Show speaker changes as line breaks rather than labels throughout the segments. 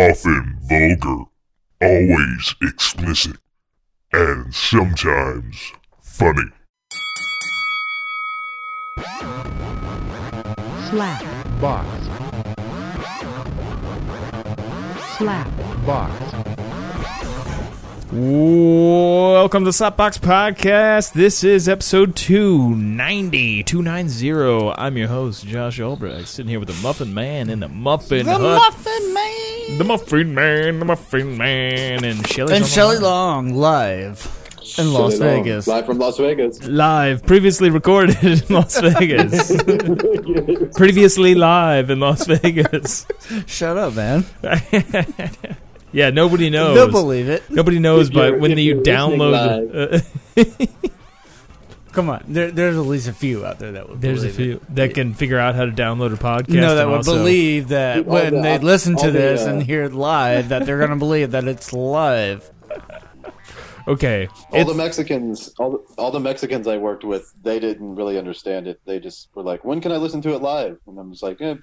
often vulgar, always explicit, and sometimes funny.
slap
box,
slap
box.
Welcome to Slapbox Podcast. This is episode 290, 290. I'm your host, Josh Albrecht, sitting here with the Muffin Man and the Muffin
The
Hut.
Muffin Man
the Muffin Man, the Muffin Man, and Shelly.
and Shelley Long live in Las
Shelley Long,
Vegas.
Live from Las Vegas.
Live, previously recorded in Las Vegas. previously live in Las Vegas.
Shut up, man!
yeah, nobody knows.
Don't believe it.
Nobody knows,
If
but
you're-
when
if
you
you're listening
download, uh,
Come on, there, there's at least a few out there that would.
there's a
believe
few that can figure out how to download a podcast.
It. No, that
and
would
also-
believe that
All
when
the-
they listen
all
to
the,
this
uh,
and hear it live, that they're gonna believe that it's live.
Okay,
All
It's-
the Mexicans, all the, all the Mexicans I worked with, they didn't really understand it. They just were like, "When can I listen to it live?" And I'm just like, eh,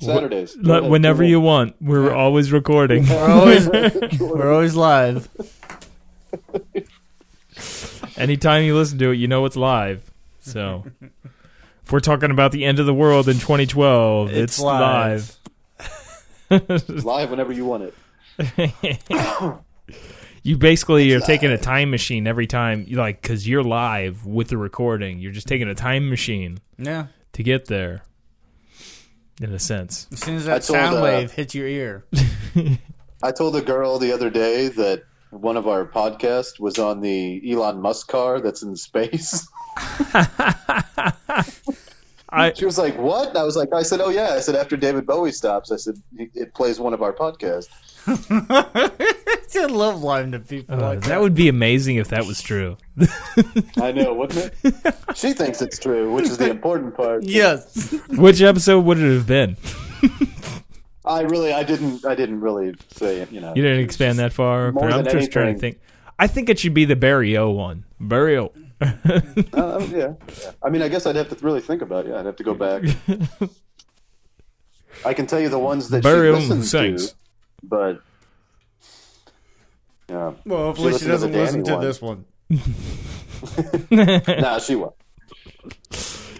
"Saturdays."
Let- whenever you want. We're always recording.
We're always, we're always live.
Anytime you listen to it, you know it's live. So, if we're talking about the end of the world in 2012, it's,
It's live.
live whenever you want it.
You basically are taking a time machine every time, you like, because you're live with the recording. You're just taking a time machine
Yeah.
to get there, in a sense.
As soon as
I
that
told,
sound
uh,
wave hits your ear,
I told a girl the other day that one of our podcasts was on the Elon Musk car that's in space.
I-
she was like, "What?" And I was like, "I said, oh yeah." I said, "After David Bowie stops, I said it it plays one of our podcasts."
I love lying to people
Uh,
like
that would be amazing if that was true.
I know, wouldn't it? she thinks it's true, which is the important part.
Yes.
Which episode would it have been?
I really, I didn't, I didn't really say, it, you know.
You didn't expand that far.
more
but I'm
than
just trying to
anything-
think. I think it should be the Barrio one. Barrio.
Uh, yeah. yeah. I mean, I guess I'd have to really think about it. Yeah, I'd have to go back. I can tell you the ones that
Barrio
she listens
Saints.
to, but yeah,
Well,
She
hopefully she,
listened to
doesn't
the Danny
listen to
one.
this one.
nah, she won't.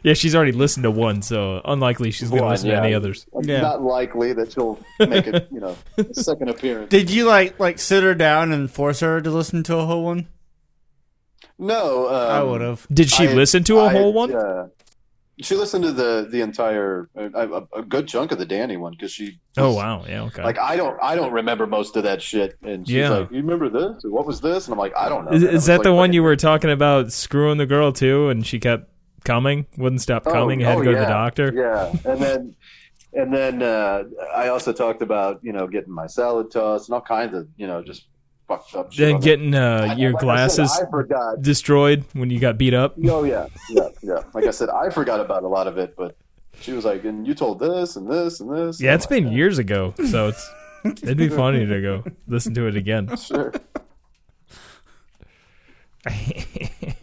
Yeah, she's already listened to one, so unlikely she's going to
One,
listen to
yeah.
any others.
It's
Yeah.
Not likely that she'll make a you know a second appearance.
Did you like like sit her down and force her to listen to a whole one?
No, um,
I would have.
Did she
I-
listen to a
I-
whole one?
Yeah. She listened to the the entire a, a, a good chunk of the Danny one because she.
Oh wow, yeah, okay.
Like I don't, I don't remember most of that shit. And she's
Yeah.
like, "You remember this? What was this?" And I'm like, "I don't know."
is,
man." I
is
was
that
like,
the one
"Fucking-
you were talking about screwing the girl too, and she kept coming, wouldn't stop coming, had to go
Oh, yeah.
to the doctor?
Yeah, and then and then uh, I also talked about you know getting my salad tossed and all kinds of you know just fucked up. shit
Then
on the-
getting uh,
Like
your
I said,
glasses
I forgot.
destroyed when you got beat up.
Oh yeah, yeah, yeah. Like I said, I forgot about a lot of it, but she was like, "And you told this and this and this."
Yeah,
And
it's
I'm
been years ago, so it's it'd be funny to go listen to it again.
like, Sure.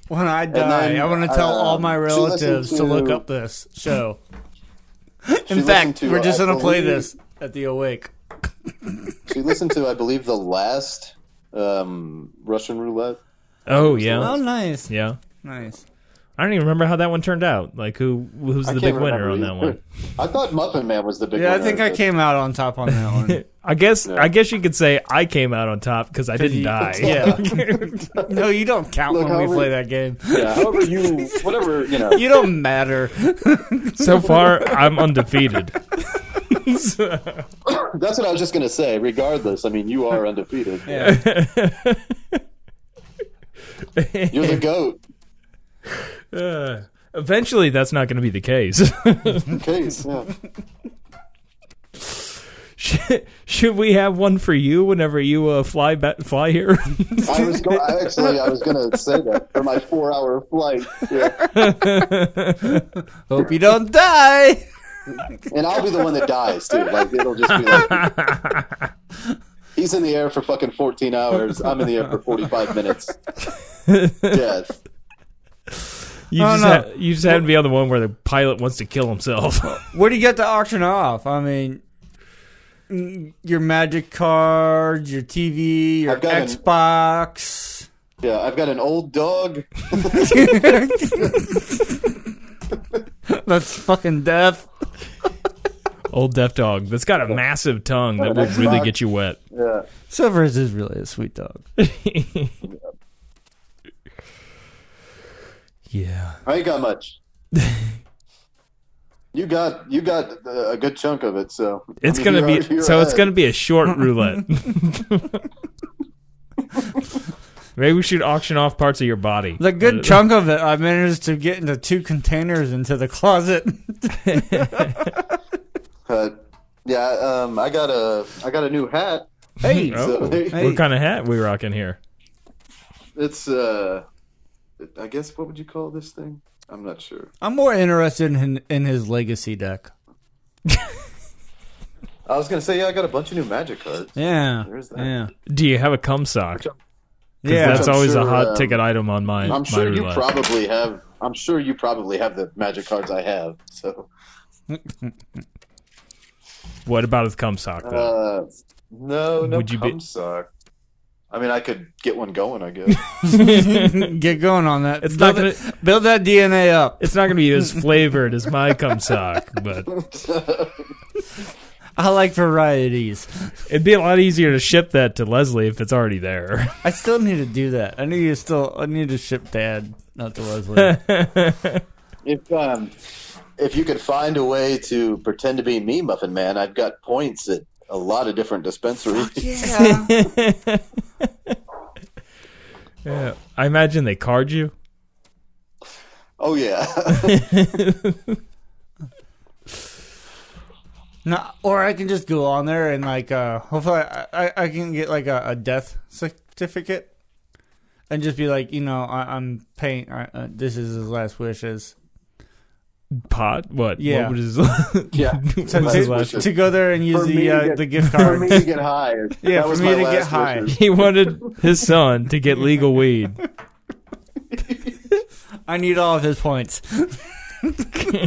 When I die,
then,
I want to tell
um,
all my
she
relatives to,
listened
look
to-
up this show.
She
In
listened
fact,
to,
we're just
I
gonna play
believe-
this at the awake.
She listened to, I believe, the last um, Russian roulette.
Oh yeah,
Oh, nice,
yeah.
nice.
I don't even remember how that one turned out. Like who who's
I
the
can't
big winner
remember
on that
either.
one?
I thought Muffin Man was the big
Yeah, I
winner.
think I
but-
came out on top on that one.
I guess
Yeah.
I guess you could say I came out on top because I didn't
you-
die.
Yeah. no, you don't count
Look,
when we
Howard-
play that game.
Yeah, however you, whatever you know.
You don't matter.
so far, I'm undefeated.
That's what I was just gonna say. Regardless, I mean, you are undefeated. You're the goat.
Uh, eventually, that's not going to be the case.
Case. Yeah.
should, should we have one for you whenever you uh, fly ba- fly here?
I was go- I actually I was gonna say that for my four hour flight. Yeah.
Hope you don't die.
And I'll be the one that dies too. Like it'll just be like He's in the air for fucking fourteen hours. I'm in the air for forty five minutes. Death.
you,
Oh,
just
no.
ha- you just happen to be on the one where the pilot wants to kill himself.
Where do you get the auction off? I mean, mm, your magic cards, your TV, your
I've got an-
Xbox.
Yeah, I've got an old dog.
That's fucking death.
Old deaf dog that's got a massive tongue that will really get you wet.
Yeah.
Silvers is really a sweet dog.
Yeah.
I ain't got much. you got you got uh, a good chunk of it, so
It's
I mean,
gonna
you're-
be
you're
so. It's
ahead.
gonna be a short roulette. Maybe we should auction off parts of your body. Uh,
The good chunk of it, I managed to get into two containers into the closet.
But, yeah, um, I got a I got a new hat.
hey,
Oh.
So
Hey.
What kind of hat we rocking here?
it's uh, I guess what would you call this thing? I'm not sure.
I'm more interested in in his legacy deck.
I was gonna say yeah, I got a bunch of new magic cards.
Yeah,
There's that.
yeah,
Do you have a cum sock? 'Cause
yeah.
that's
I'm
always a
sure,
hot
um,
ticket item on my.
I'm
my
sure you
roulette.
probably have. I'm sure you probably have the magic cards I have. So
What about his cum sock though?
uh, no, no
Would you be-
cum sock. I mean, I could get one going. I guess.
Get going on that.
It's
build,
not
it- build that DNA up.
it's not gonna be as flavored as my cum sock, but
I like varieties.
it'd be a lot easier to ship that to Leslie if it's already there.
I still need to do that. I need to still. I need to ship Dad, not to Leslie.
If um, if you could find a way to pretend to be me, Muffin Man, I've got points at a lot of different dispensaries.
yeah.
yeah. I imagine they card you.
Oh yeah,
No, or I can just go on there and like, uh, hopefully, I, I, I can get like a, a death certificate, and just be like, you know, I, I'm paying. I, uh, this is his last wishes.
Pot? What?
Yeah.
What would his-
yeah.
To,
was his
to-
last
to go there and use
For me
the
to
uh,
get-
the gift
For me to
card.
get high.
Yeah,
that was
for me
my
to
last
get high.
wishes.
he wanted his son to get legal weed.
I need all of his points.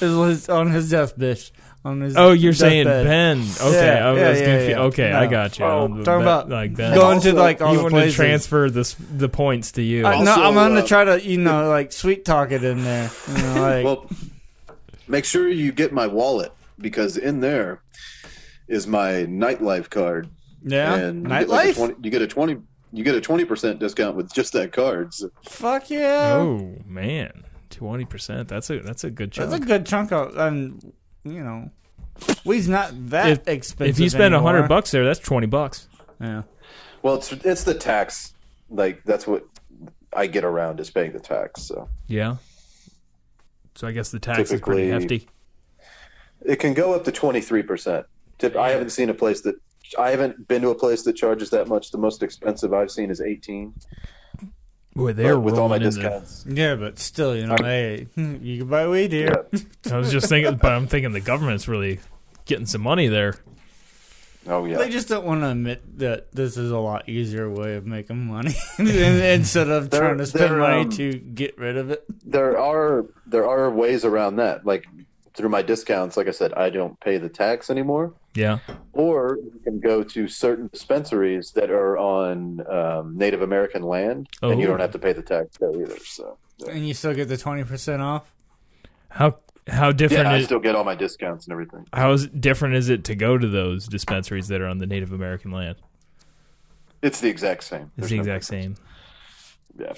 It was on his deathbed. On his
Oh, you're saying
deathbed.
Ben? Okay,
Yeah,
I was
yeah, yeah,
confused.
yeah.
Okay, I
No.
got you.
Oh,
I'm
talking about
like that.
going
Also,
to like all
you
the
want to
places.
transfer this the points to you.
I, no,
Also,
I'm gonna
uh,
try to you know like sweet talk it in there. You know, like,
Well, make sure you get my wallet because in there is my nightlife card.
yeah,
and you get, like, a
nightlife.
20, you get a twenty. You get a twenty percent discount with just that card. So
Fuck yeah.
oh man, twenty percent. That's a that's a good chunk.
That's a good chunk of, and you know, weed's not that
If-
expensive.
if you spend a
anymore.
hundred bucks there, that's twenty bucks.
yeah.
well, it's it's the tax. Like that's what I get around is paying the tax. So
Yeah. So I guess the tax is pretty
Typically-
hefty.
it can go up to twenty three percent. I haven't seen a place that I haven't been to a place that charges that much. The most expensive I've seen is eighteen.
Boy, they're
but with all my
rolling in there.
discounts.
yeah, but still, you know, hey, hmm, you can buy weed here.
I was just thinking, but I'm thinking the government's really getting some money there.
Oh yeah.
They just don't want to admit that this is a lot easier way of making money and- instead of
They're-
trying to spend
they're,
money
um,
to get rid of it.
there are there are ways around that like through my discounts like i said i don't pay the tax anymore
Yeah.
or you can go to certain dispensaries that are on um, native american land and you
Oh.
don't have to pay the tax there either so
And you still get the twenty percent off.
How how different
yeah i
is
still get all my discounts and everything
how is different is it to go to those dispensaries that are on the Native American land?
it's the exact same
It's
There's
the
no-
exact same.
yeah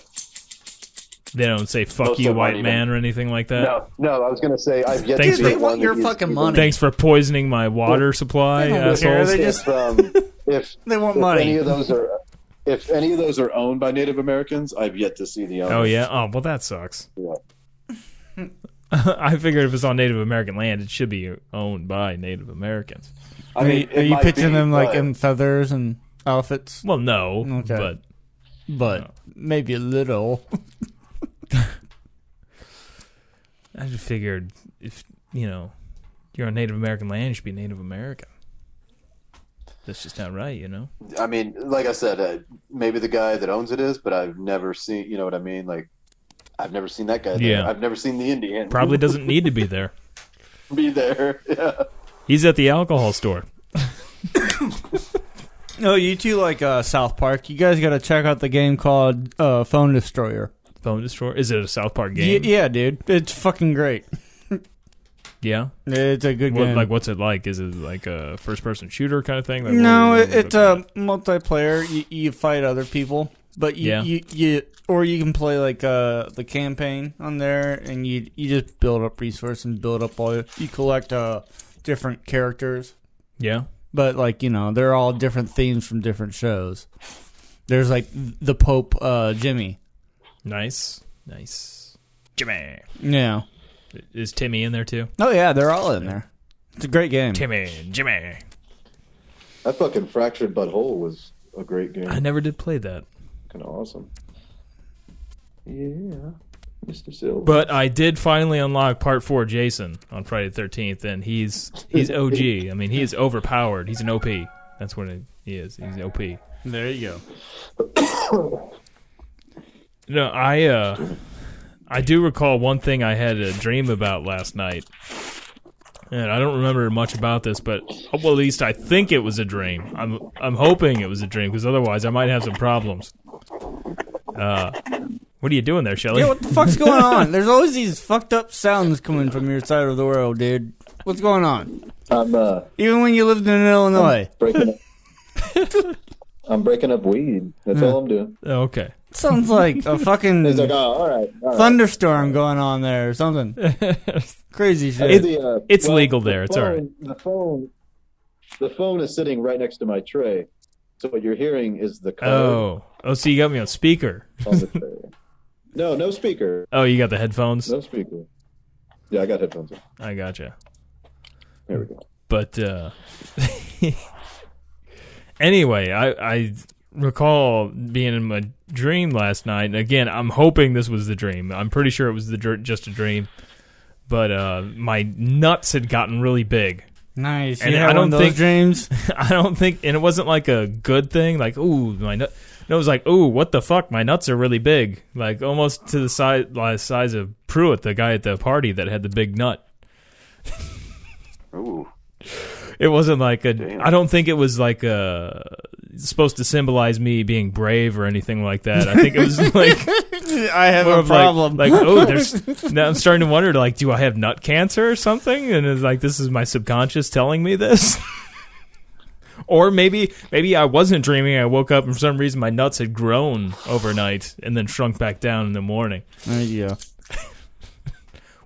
They don't say "fuck
Most
you,
of them
white
aren't
man" or anything like that.
no no i was gonna say i've yet
Thanks
to
for-
see
They
want
one
your
that uses-
fucking money.
Thanks for poisoning my water supply,
They don't care.
assholes.
They just
if, um, if
They want
if
money.
any of those are if any of those are owned by native americans i've yet to see the owner
Oh yeah. Oh well, that sucks.
Yeah.
I figured if it's on Native American land, it should be owned by Native Americans.
I mean,
are
it
you
might
pitching
be,
them like
but-
in feathers and outfits?
Well, no,
Okay.
but
But maybe a little.
I just figured if you know you're on Native American land, you should be Native American. That's just not right, you know.
I mean, like I said, uh, maybe the guy that owns it is, but I've never seen. You know what I mean? Like, I've never seen that guy. There.
Yeah.
I've never seen the Indian.
Probably doesn't need to be there.
be there. Yeah.
He's at the alcohol store.
No, you two like uh, South Park. You guys got to check out the game called uh, Phone Destroyer.
Phone destroyer. Is it a South Park
Y-
game?
yeah, dude, it's fucking great.
Yeah?
It's a good
What,
game.
like, what's it like? Is it like a first-person shooter kind of thing? Like,
no,
what-
it, uh,
what's
it's
about?
a multiplayer. You, you fight other people, but you,
Yeah.
you you or you can play like uh, the campaign on there, and you you just build up resources and build up all. You collect uh, different characters,
yeah.
but like you know, they're all different themes from different shows. There's like the Pope uh, Jimmy.
Nice, nice. Jimmy,
Yeah.
is Timmy in there too?
Oh yeah, they're all in there. It's a great game.
Timmy, Jimmy.
That fucking fractured but whole was a great game.
I never did play that,
Kind of awesome. Yeah, Mr. Silver.
but I did finally unlock Part Four, Jason, on Friday the Thirteenth, and he's he's OG. I mean, he is overpowered. He's an OP. That's what it, he is. He's an OP.
There you go.
No, I uh I do recall one thing I had a dream about last night. And I don't remember much about this, but oh, well, at least I think it was a dream. I'm I'm hoping it was a dream because otherwise I might have some problems. Uh, what are you doing there, Shelly?
Yeah, what the fuck's going on? There's always these fucked up sounds coming from your side of the world, dude. What's going on?
I'm uh,
Even when you lived in Illinois.
breaking up. I'm breaking up weed. That's all I'm doing.
Oh, okay.
Sounds like a
He's like, oh,
fucking
all right. All right.
thunderstorm going on there or something. Crazy shit.
The, uh,
it's legal there. It's all
phone- The phone, the phone is sitting right next to my tray. So what you're hearing is the code
Oh, oh, so you got me on speaker.
on the tray. No, no speaker.
Oh, you got the headphones.
No speaker. Yeah, I got headphones. on.
I gotcha.
There we go.
But uh, anyway, I, I recall being in my dream last night. And again, I'm hoping this was the dream. I'm pretty sure it was the dr- just a dream. But uh, my nuts had gotten really big.
Nice.
And
you
I
had one
don't
of those
think-
dreams.
I don't think, and it wasn't like a good thing. Like, ooh, my nut. No, it was like, ooh, what the fuck? My nuts are really big, like almost to the size like, size of Pruitt, the guy at the party that had the big nut.
Ooh.
It wasn't like a. I don't think it was like a supposed to symbolize me being brave or anything like that. I think it was like
I have
more
a
of like-
problem.
Like, oh, there's. Now I'm starting to wonder, like, do I have nut cancer or something? And it's like this is my subconscious telling me this. Or maybe maybe I wasn't dreaming. I woke up and for some reason my nuts had grown overnight and then shrunk back down in the morning,
there you go.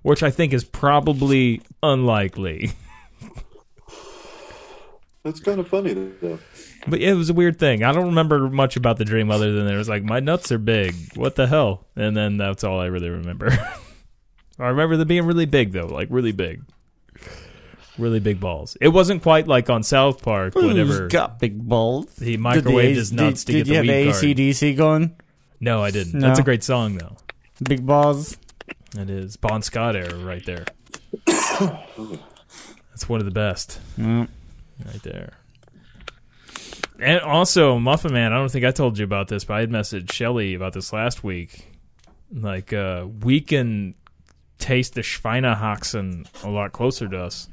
which I think is probably unlikely.
That's kind of funny though.
But yeah, it was a weird thing. I don't remember much about the dream other than it was like my nuts are big. What the hell? And then that's all I really remember. I remember them being really big though, like really big, really big balls. It wasn't quite like on South Park. Whatever
Who's got big balls.
he
Did the
microwaved
A-
his nuts
did,
to
did
get the
you
weed
have
card.
ACDC going?
No, I didn't.
No.
That's a great song though.
Big balls.
It is Bon Scott era right there. That's one of the best.
Yeah.
Right there. And also, Muffin Man, I don't think I told you about this, but I had messaged Shelly about this last week. Like, uh, we can taste the Schweinehaxen a lot closer to us.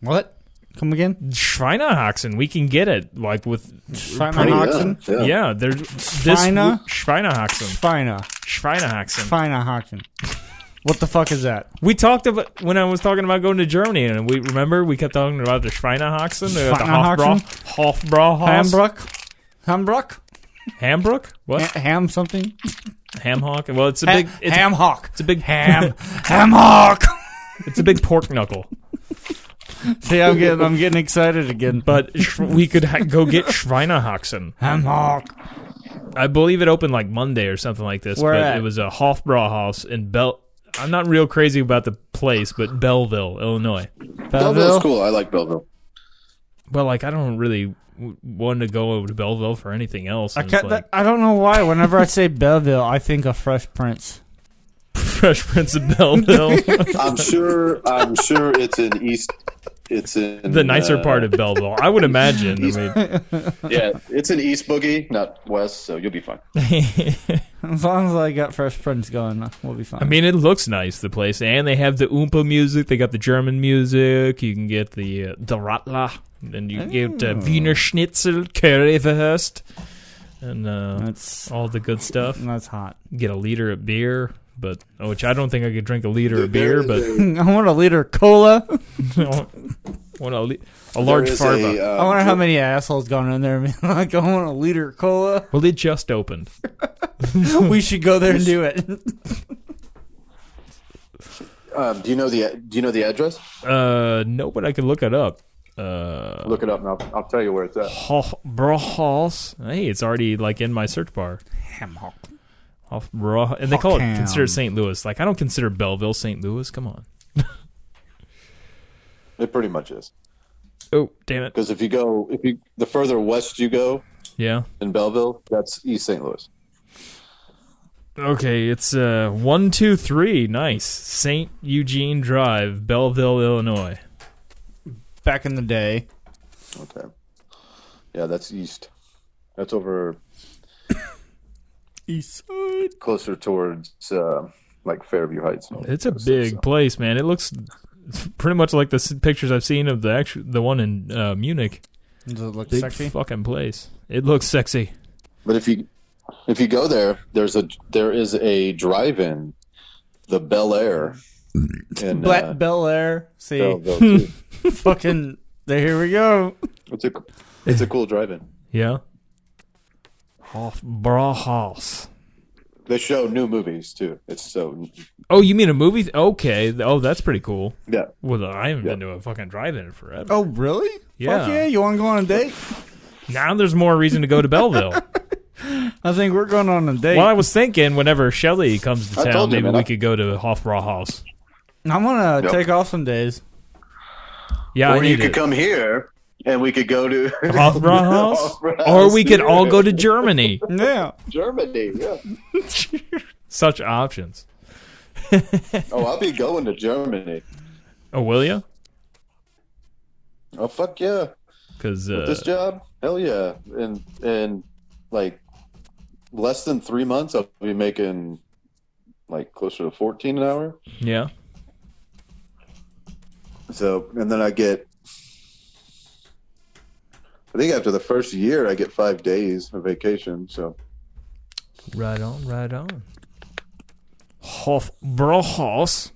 What? Come again?
Schweinehaxen, we can get it. Like, with.
Find my
Pretty
oxen.
good,
Yeah,
Yeah.
there's. This,
Schweine?
Schweinehaxen.
Fina.
Schweinehaxen.
Fina Hocken. uh, What the fuck is that?
We talked about when I was talking about going to Germany, and we remember we kept talking about the Schweinehaxen, the
Schweinehaxen?
Hofbrau, Hofbrauhaus,
Hambrook? Hambrook?
Hambrook.
Ha-
What
ham something?
Hamhock? Well, it's a
Ha-
big, it's,
ham hock.
it's a big
Ham. ham hock.
It's a big pork knuckle.
See, I'm getting, I'm getting excited again.
But sh- we could ha- go get Schweinehaxen.
ham hock.
I believe it opened like Monday or something like this.
Where
but
at?
it was a Hofbrauhaus in Bel. I'm not real crazy about the place, but Belleville, Illinois.
Belleville's cool. I like Belleville.
But like, I don't really w- want to go over to Belleville for anything else.
I,
And it's
can't,
like,
I don't know why. Whenever I say Belleville, I think of Fresh Prince.
Fresh Prince of Belleville,
I'm sure. I'm sure it's in East. It's in
the nicer
uh,
part of Belleville, I would imagine. I mean,
Yeah, it's in East Boogie, not West. So you'll be fine.
As long as I got Fresh Prince going, uh, we'll be fine.
I mean, it looks nice, the place, and they have the Oompa music. They got the German music. You can get the uh, the Rattler, and you get uh,
Oh.
Wiener Schnitzel, Currywurst, and uh,
that's
all the good stuff.
that's hot.
Get a liter of beer, but oh, which I don't think I could drink a liter of beer,
There is
but
a-
I want a liter of cola.
I want want a, li- a large
there is
farva.
a, uh,
I wonder how many assholes going in there and being like, I want a liter of cola.
well, it just opened.
We should go there and do it.
Um, do you know the Do you know the address?
Uh, no, but I could look it up. Uh,
Look it up, and I'll, I'll tell you where it's at.
Hof- Brauhaus. Hey, it's already like in my search bar. Off Bra- and they call it
Hawkham.
consider St. Louis. Like I don't consider Belleville St. Louis. Come on.
It pretty much is
Oh damn it.
because if you go, if you the further west you go
Yeah.
in Belleville, that's East St. Louis.
Okay, it's uh one two three. Nice. St. Eugene Drive, Belleville, Illinois.
Back in the day.
Okay. Yeah, that's east. That's over
East Side.
closer towards uh, like Fairview Heights.
It's a big place, man. It looks pretty much like the s- pictures I've seen of the actual the one in uh, Munich.
Does it look
Big
sexy?
fucking place. It looks sexy.
But if you if you go there, there's a there is a drive-in, the Bel Air.
Mm-hmm.
In,
Black
uh,
Bel Air. See,
Belleville, too.
fucking. There, here we go.
it's a it's a cool drive-in.
Yeah. Hof Brauhaus.
They show new movies too. It's so
Oh, you mean a movie? Okay. Oh, that's pretty cool.
yeah.
Well, I haven't
Yeah.
been to a fucking drive-in in forever.
Oh, really?
Yeah.
Fuck yeah. You want to go on a date?
Now there's more reason to go to Belleville.
I think we're going on a date.
well, I was thinking whenever Shelly comes to
I
town,
told you,
maybe
man,
we
I-
could go to Hofbrauhaus. House.
I'm going to
Yep.
take off some days.
Yeah, I
or you
need
could
it.
come here and we could go to
Hofbrauhaus,
Hofbrauhaus,
or we could all
yeah.
go to Germany.
Yeah.
Germany. Yeah.
Such options.
Oh, I'll be going to Germany.
Oh, will you?
Oh fuck yeah.
Because
this
uh,
job? Hell yeah! And and like less than three months, I'll be making like closer to fourteen an hour.
yeah,
So and then I get, I think after the first year, I get five days of vacation. So
right on, right on. Hofbrauhaus.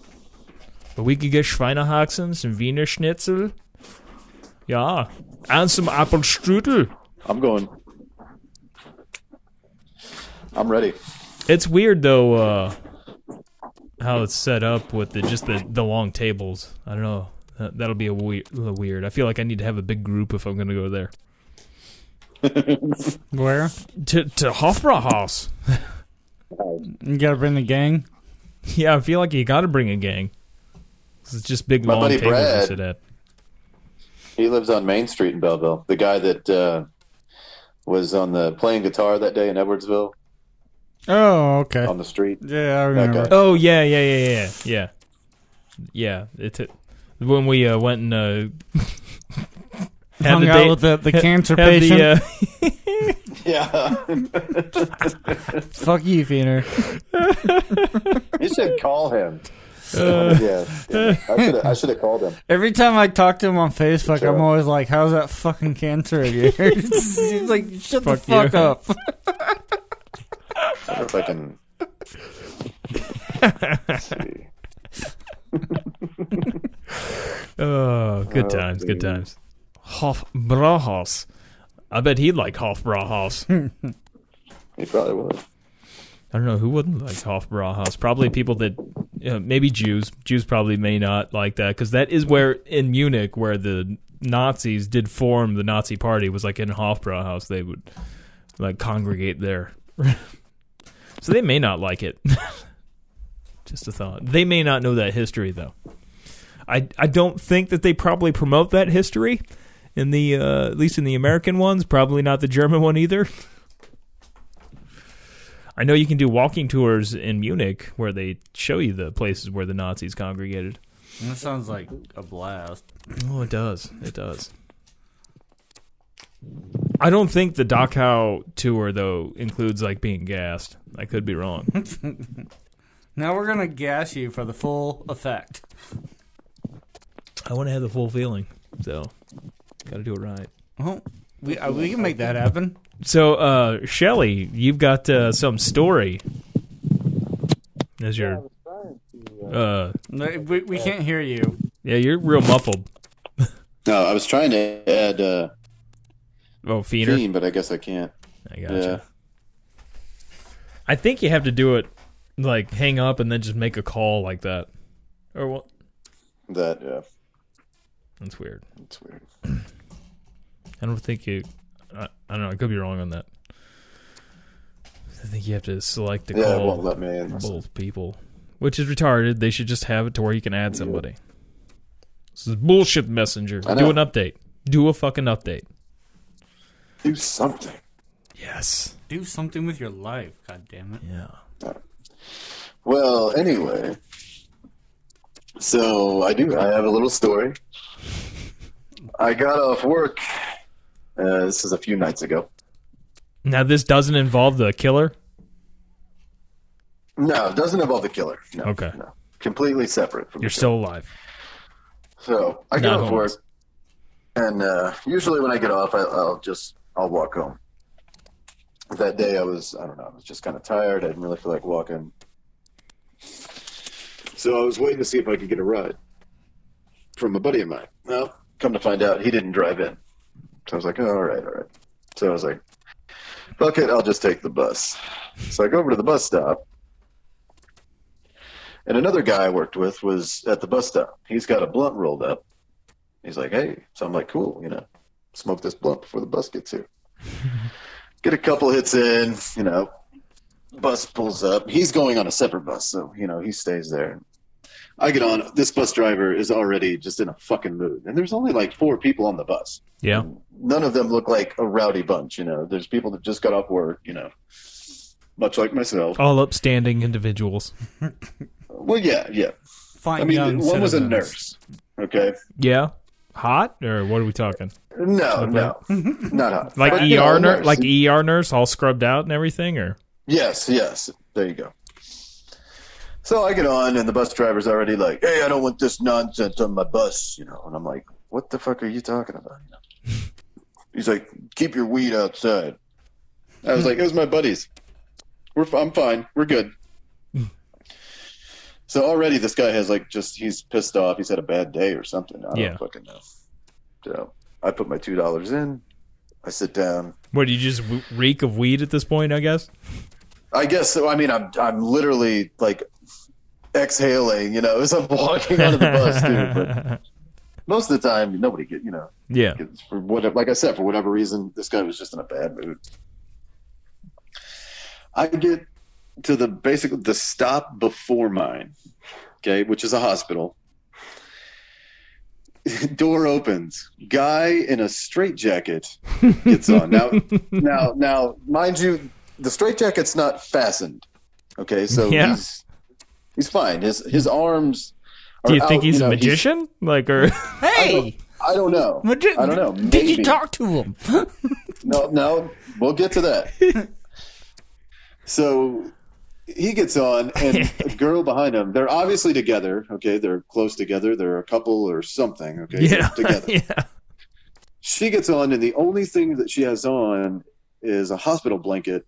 But we could get Schweinehaxen, some Wiener Schnitzel. Yeah, and some Apfelstrudel.
I'm going. I'm ready.
It's weird though uh, how it's set up with the, just the, the long tables. I don't know. That- That'll be a weir- little weird. I feel like I need to have a big group if I'm going to go there.
Where?
To to Hofbrauhaus.
You got to bring the gang.
yeah, I feel like you got to bring a gang. 'Cause It's just big
My
long
buddy
tables to
Brad.
sit at.
He lives on Main Street in Belleville. The guy that uh, was on the playing guitar that day in Edwardsville
Oh, okay.
Um,
on the street.
Yeah, I remember.
guy.
Oh yeah, yeah, yeah, yeah, yeah, yeah. It's it, when we uh, went and uh, had
Hung
the
out
date-
with the, the
had-
cancer
had
patient.
the, uh,
Yeah.
Fuck you, Feener.
You should call him. Oh, yeah, yeah. I should have. I should have called him.
Every time I talk to him on Facebook,
Sure.
I'm always like, "How's that fucking cancer of yours?" He's like, "Shut the
Fuck
fuck
you.
up."
I wonder if I can. Let's see.
Oh, good
Oh,
times, good
dude.
times. Hofbrauhaus. I bet he'd like Hofbrauhaus.
He probably would.
I don't know who wouldn't like Hofbrauhaus. Probably people that, uh, maybe Jews. Jews probably may not like that because that is where in Munich where the Nazis did form the Nazi Party was like in Hofbrauhaus. They would like congregate there, so they may not like it. Just a thought. They may not know that history though. I I don't think that they probably promote that history in the uh, at least in the American ones. Probably not the German one either. I know you can do walking tours in Munich where they show you the places where the Nazis congregated.
That sounds like a blast.
Oh, it does. It does. I don't think the Dachau tour though includes like being gassed. I could be wrong.
Now we're gonna gas you for the full effect.
I want to have the full feeling, so got to do it right.
Oh, we uh, we can make that happen.
So, uh, Shelly, you've got uh, some story as your uh,
No, We, we can't hear you.
yeah, you're real muffled.
No, I was trying to add uh,
Oh, Feener.
theme, but I guess I can't.
I gotcha. I think you have to do it like hang up and then just make a call like that. Or what?
Yeah, that yeah,
That's weird.
it's weird.
I don't think you. I, I don't know. I could be wrong on that. I think you have to select the
Yeah, it
call
won't let me in.
both people, which is retarded. They should just have it to where you can add somebody. This is bullshit, messenger.
I
Do an
know.
update. Do a fucking update.
Do something.
Yes.
Do something with your life. God damn it.
Yeah.
Well, anyway, so I do. I have a little story. I got off work. Uh, this is a few nights ago.
Now this doesn't involve the killer.
No, it doesn't involve the killer. No,
Okay.
No. Completely separate from
You're
the
still alive.
So I get
Not
off
homeless.
work, and uh, usually when I get off, I, I'll just I'll walk home. That day I was I don't know I was just kind of tired. I didn't really feel like walking, so I was waiting to see if I could get a ride from a buddy of mine. Well, come to find out, he didn't drive in. So I was like, oh, all right, all right. So I was like, fuck it, I'll just take the bus. So I go over to the bus stop. And another guy I worked with was at the bus stop. He's got a blunt rolled up. He's like, hey. So I'm like, cool, you know, smoke this blunt before the bus gets here. Get a couple hits in, you know. Bus pulls up. He's going on a separate bus, so, you know, he stays there. I get on. This bus driver is already just in a fucking mood. And there's only like four people on the bus.
Yeah.
None of them look like a rowdy bunch, you know. There's people that just got off work, you know, much like myself.
All upstanding individuals.
Well, yeah, yeah.
Fine
I mean,
young
one was a
citizens.
nurse. Okay.
Yeah. Hot or what are we talking?
No, no,
Mm-hmm.
not hot.
Like
But,
ER
you know, a
nurse, like ER nurse, all scrubbed out and everything, or
yes, yes. There you go. So I get on, and the bus driver's already like, "Hey, I don't want this nonsense on my bus," you know. And I'm like, "What the fuck are you talking about?" You know? He's like, "Keep your weed outside." I was like, "It was my buddies. We're f- I'm fine. We're good." so already this guy has like just he's pissed off. He's had a bad day or something. I don't
Yeah.
fucking know. So I put my two dollars in. I sit down.
what? do You just w- reek of weed at this point, I guess.
I guess so. I mean, I'm I'm literally like exhaling, you know, as I'm walking out of the bus, dude. But most of the time, nobody get, you know,
Yeah.
gets- for whatever. Like I said, for whatever reason, this guy was just in a bad mood. I get to the basically the stop before mine, okay, which is a hospital. Door opens. Guy in a straitjacket gets on. Now, now, now, mind you, the straitjacket's not fastened. Okay, so
Yeah.
he's he's fine. His his arms.
Do
are
you think
out,
he's
oh, know,
a magician? Like, or
Hey,
I don't know.
Madri-
I don't know.
Did you
Maybe.
talk to him?
No, no, we'll get to that. so he gets on, and a girl behind him. They're obviously together. Okay, they're close together. They're a couple or something. Okay,
yeah,
together.
yeah.
She gets on, and the only thing that she has on is a hospital blanket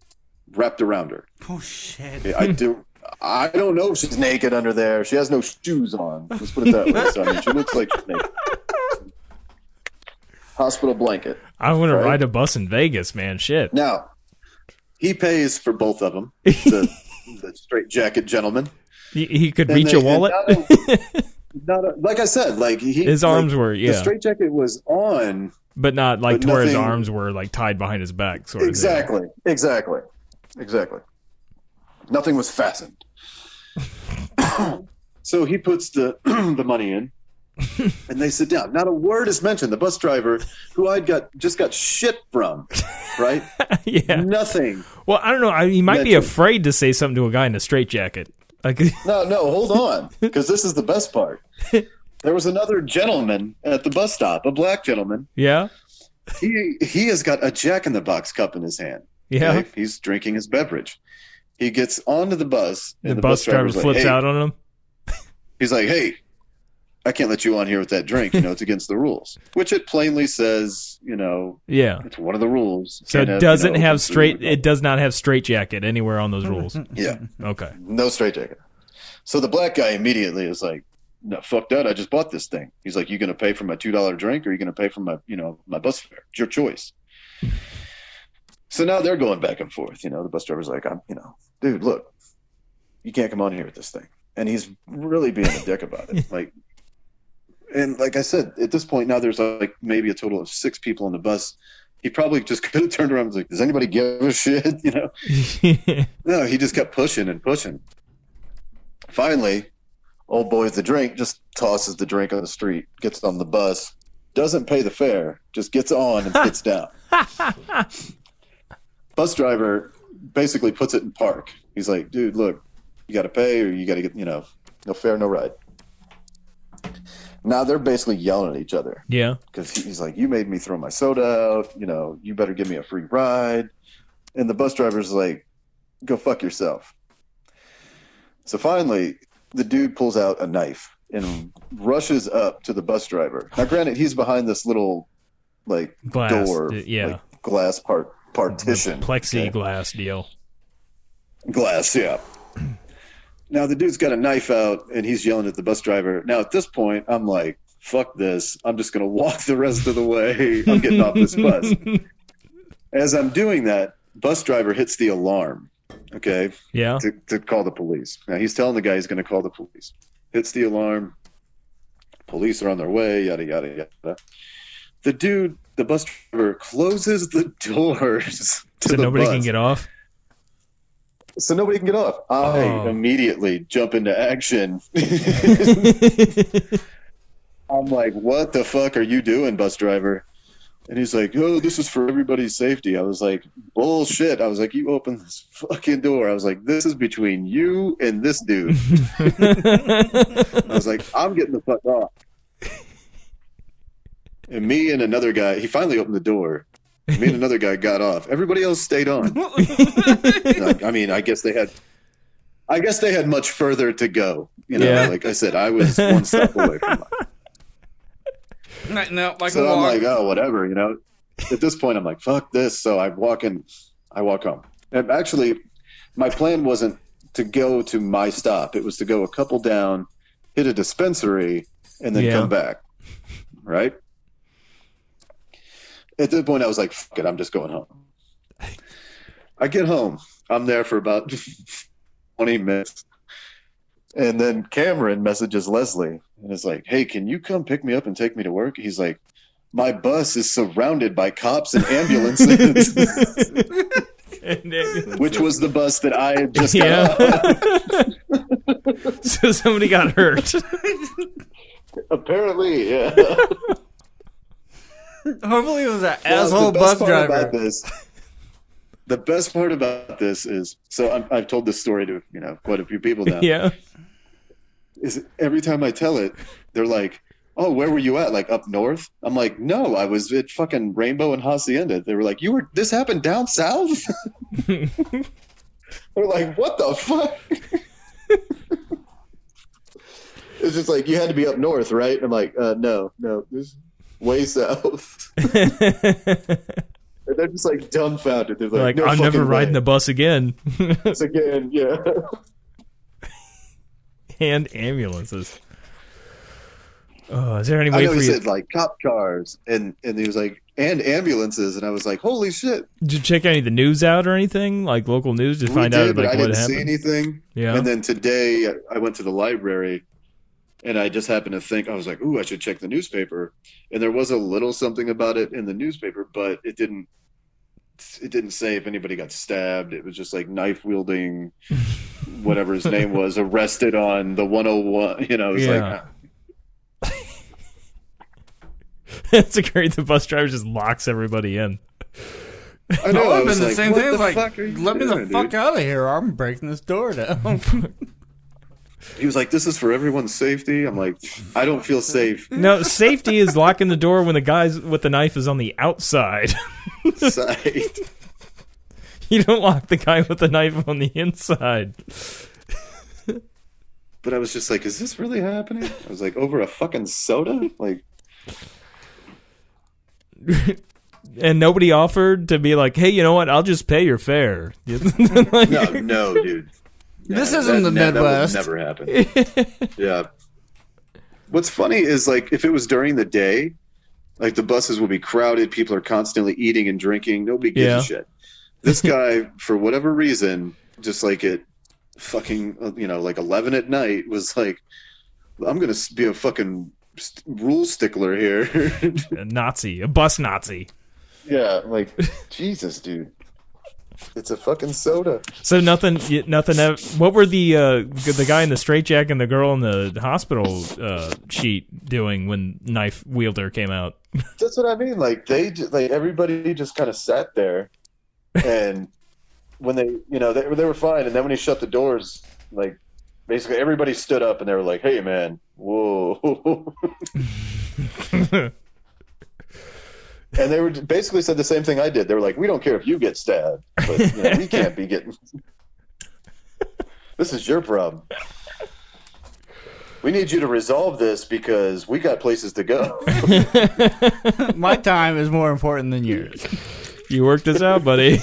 wrapped around her.
oh shit.
I do. I don't know if she's naked under there. She has no shoes on. Let's put it that way. So I mean, she looks like she's naked. Hospital blanket.
I want
Right.
to ride a bus in Vegas, man. Shit.
Now, he pays for both of them. The, the straight jacket gentleman.
He, he could
And
reach a
they-
wallet.
and not a- not a- like I said, like he,
His
like,
arms were
The
yeah,
straight jacket was on.
but not like
but
to where his
nothing-
arms were like tied behind his back. Sort
Exactly. Exactly. Exactly. Nothing was fastened. so he puts the the money in, and they sit down. Not a word is mentioned. The bus driver, who I'd got just got shit from, right?
of thing. yeah.
Nothing.
Well, I don't know. I, he might be
Mention.
afraid to say something to a guy in a straitjacket. Like,
No, no, hold on, because this is the best part. There was another gentleman at the bus stop, a black gentleman,
yeah.
he he has got a Jack in the Box cup in his hand.
Yeah.
right? he's drinking his beverage. He gets onto the bus,
The, bus, driver
driver's like,
flips
"Hey."
out on him.
He's like, "Hey, I can't let you on here with that drink. You know, it's against the rules." Which it plainly says, you know,
Yeah.
it's one of the rules.
So
Can't have,
it
you
doesn't
know,
have straight.
food.
It does not have straight jacket anywhere on those rules.
yeah,
Okay.
no straight jacket. So the black guy immediately is like, "No, fuck that. I just bought this thing." He's like, "You going to pay for my two dollar drink, or you going to pay for my, you know, my bus fare? It's your choice." so now they're going back and forth. You know, the bus driver's like, "I'm, you know, dude, look, you can't come on here with this thing," and he's really being a dick about it. Like, and like I said, at this point now there's like maybe a total of six people on the bus. He probably just could have turned around and was like, "Does anybody give a shit?" You know. No, he just kept pushing and pushing. Finally, old boy with the drink just tosses the drink on the street, gets on the bus, doesn't pay the fare, just gets on and sits down. bus driver basically puts it in park. He's like, dude, look, you got to pay or you got to get, you know, no fare, no ride. Now they're basically yelling at each other
yeah.
because he's like, "You made me throw my soda out. You know, you better give me a free ride." And the bus driver's like, "Go fuck yourself." So finally, the dude pulls out a knife and rushes up to the bus driver. Now, granted, he's behind this little like
Glass.
door,
d- yeah.
like, glass part partition, okay?
Plexiglass deal.
glass yeah now the dude's got a knife out and he's yelling at the bus driver now at this point i'm like fuck this i'm just going to walk the rest of the way i'm getting off this bus as i'm doing that bus driver hits the alarm okay
Yeah.
to, to call the police now he's telling the guy he's going to call the police hits the alarm police are on their way yada yada yada the dude the bus driver closes the doors to
So
the
nobody can
bus
get off.
so nobody can get off. I
Oh.
immediately jump into action. I'm like, what the fuck are you doing, bus driver? And he's like, oh, this is for everybody's safety. I was like, bullshit. I was like, you open this fucking door. I was like, this is between you and this dude. I was like, I'm getting the fuck off. And me and another guy, he finally opened the door. Me and another guy got off. Everybody else stayed on. Like, I mean, I guess they had, I guess they had much further to go. You know,
Yeah.
like I said, I was one step away from. Mine.
No, no, like
So
a
I'm
log.
like, oh, whatever. You know, at this point, I'm like, fuck this. So I walk in, I walk home. And actually, my plan wasn't to go to my stop. It was to go a couple down, hit a dispensary, and then
Yeah.
come back. Right. At that point, I was like, fuck it, I'm just going home. I get home. I'm there for about 20 minutes. And then Cameron messages Leslie and is like, hey, can you come pick me up and take me to work? He's like, my bus is surrounded by cops and ambulances, which was the bus that I had just got
Yeah.
off.
so somebody got hurt.
Apparently, yeah.
Hopefully, it was an
Well,
asshole
the best
bus
part About
driver.
this, the best part about this is so I'm, I've told this story to you know quite a few people now.
yeah.
Is every time I tell it, they're like, "Oh, where were you at? Like up north?" I'm like, "No, I was at fucking Rainbow and Hacienda." They were like, "You were this happened down south?" We're like, "What the fuck?" it's just like you had to be up north, right? I'm like, uh, "No, no, this is way south." And they're just like dumbfounded. They're
like
like, no
I'm
fucking
never riding
way.
the bus again.
bus again. Yeah.
and ambulances. Oh, is there any
I
way
know
for you?
he said like cop cars and and he was like and ambulances and I was like holy shit.
did you check any of the news out or anything like local news to
We
find
did,
out
but
like
I
what
didn't see
happened?
anything.
Yeah.
And then today I went to the library and I just happened to think I was like, ooh, I should check the newspaper. And there was a little something about it in the newspaper, but it didn't it didn't say if anybody got stabbed. It was just like knife wielding whatever his name was arrested on the 101, you know, it's
Yeah.
like
That's a great. The bus driver just locks everybody in.
I
No,
I
I've
was
been the
like,
same
what
thing.
the
Like,
fuck are you
let me the
doing,
fuck
dude?
out of here. I'm breaking this door down.
He was like, "This is for everyone's safety." I'm like, "I don't feel safe."
No, safety is locking the door when the guy's with the knife is on the outside.
Side.
you don't lock the guy with the knife on the inside.
But I was just like, "Is this really happening?" I was like, "Over a fucking soda?" Like,
And nobody offered to be like, hey, you know what? I'll just pay your fare.
no, no, dude. No,
This isn't the
ne-
Midwest.
That would never happen. yeah. What's funny is like if it was during the day, like the buses will be crowded. People are constantly eating and drinking. Nobody gives
Yeah.
a shit. This guy, for whatever reason, just like at fucking uh, you know like eleven at night, was like, "I'm gonna s- be a fucking st- rule stickler here."
a Nazi, a bus Nazi.
yeah, like Jesus, dude. It's a fucking soda.
So nothing, y- nothing. ev- What were the uh, g- the guy in the straitjacket and the girl in the hospital uh, sheet doing when knife wielder came out?
That's what I mean. Like they, ju- like everybody just kind of sat there, and when they, you know, they, they were fine. And then when he shut the doors, like basically everybody stood up and they were like, "Hey, man, whoa!" and they were basically said the same thing I did. They were like, "We don't care if you get stabbed, but you know, we can't be getting. this is your problem." We need you to resolve this because we got places to go.
My time is more important than yours.
You worked this out, buddy.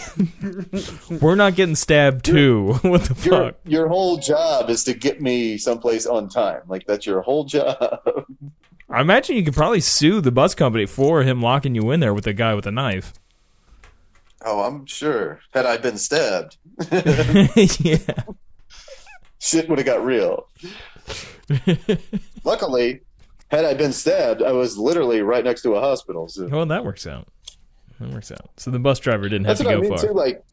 We're not getting stabbed too. what the
your
fuck?
your whole job is to get me someplace on time. Like that's your whole job.
I imagine you could probably sue the bus company for him locking you in there with the guy with a knife.
Oh, I'm sure. Had I been stabbed,
yeah.
shit would have got real. Luckily, had I been stabbed, I was literally right next to a hospital. So
Well, that works out. That works out. So the bus driver didn't have
that's
to
what I
go
mean
far.
too. Like,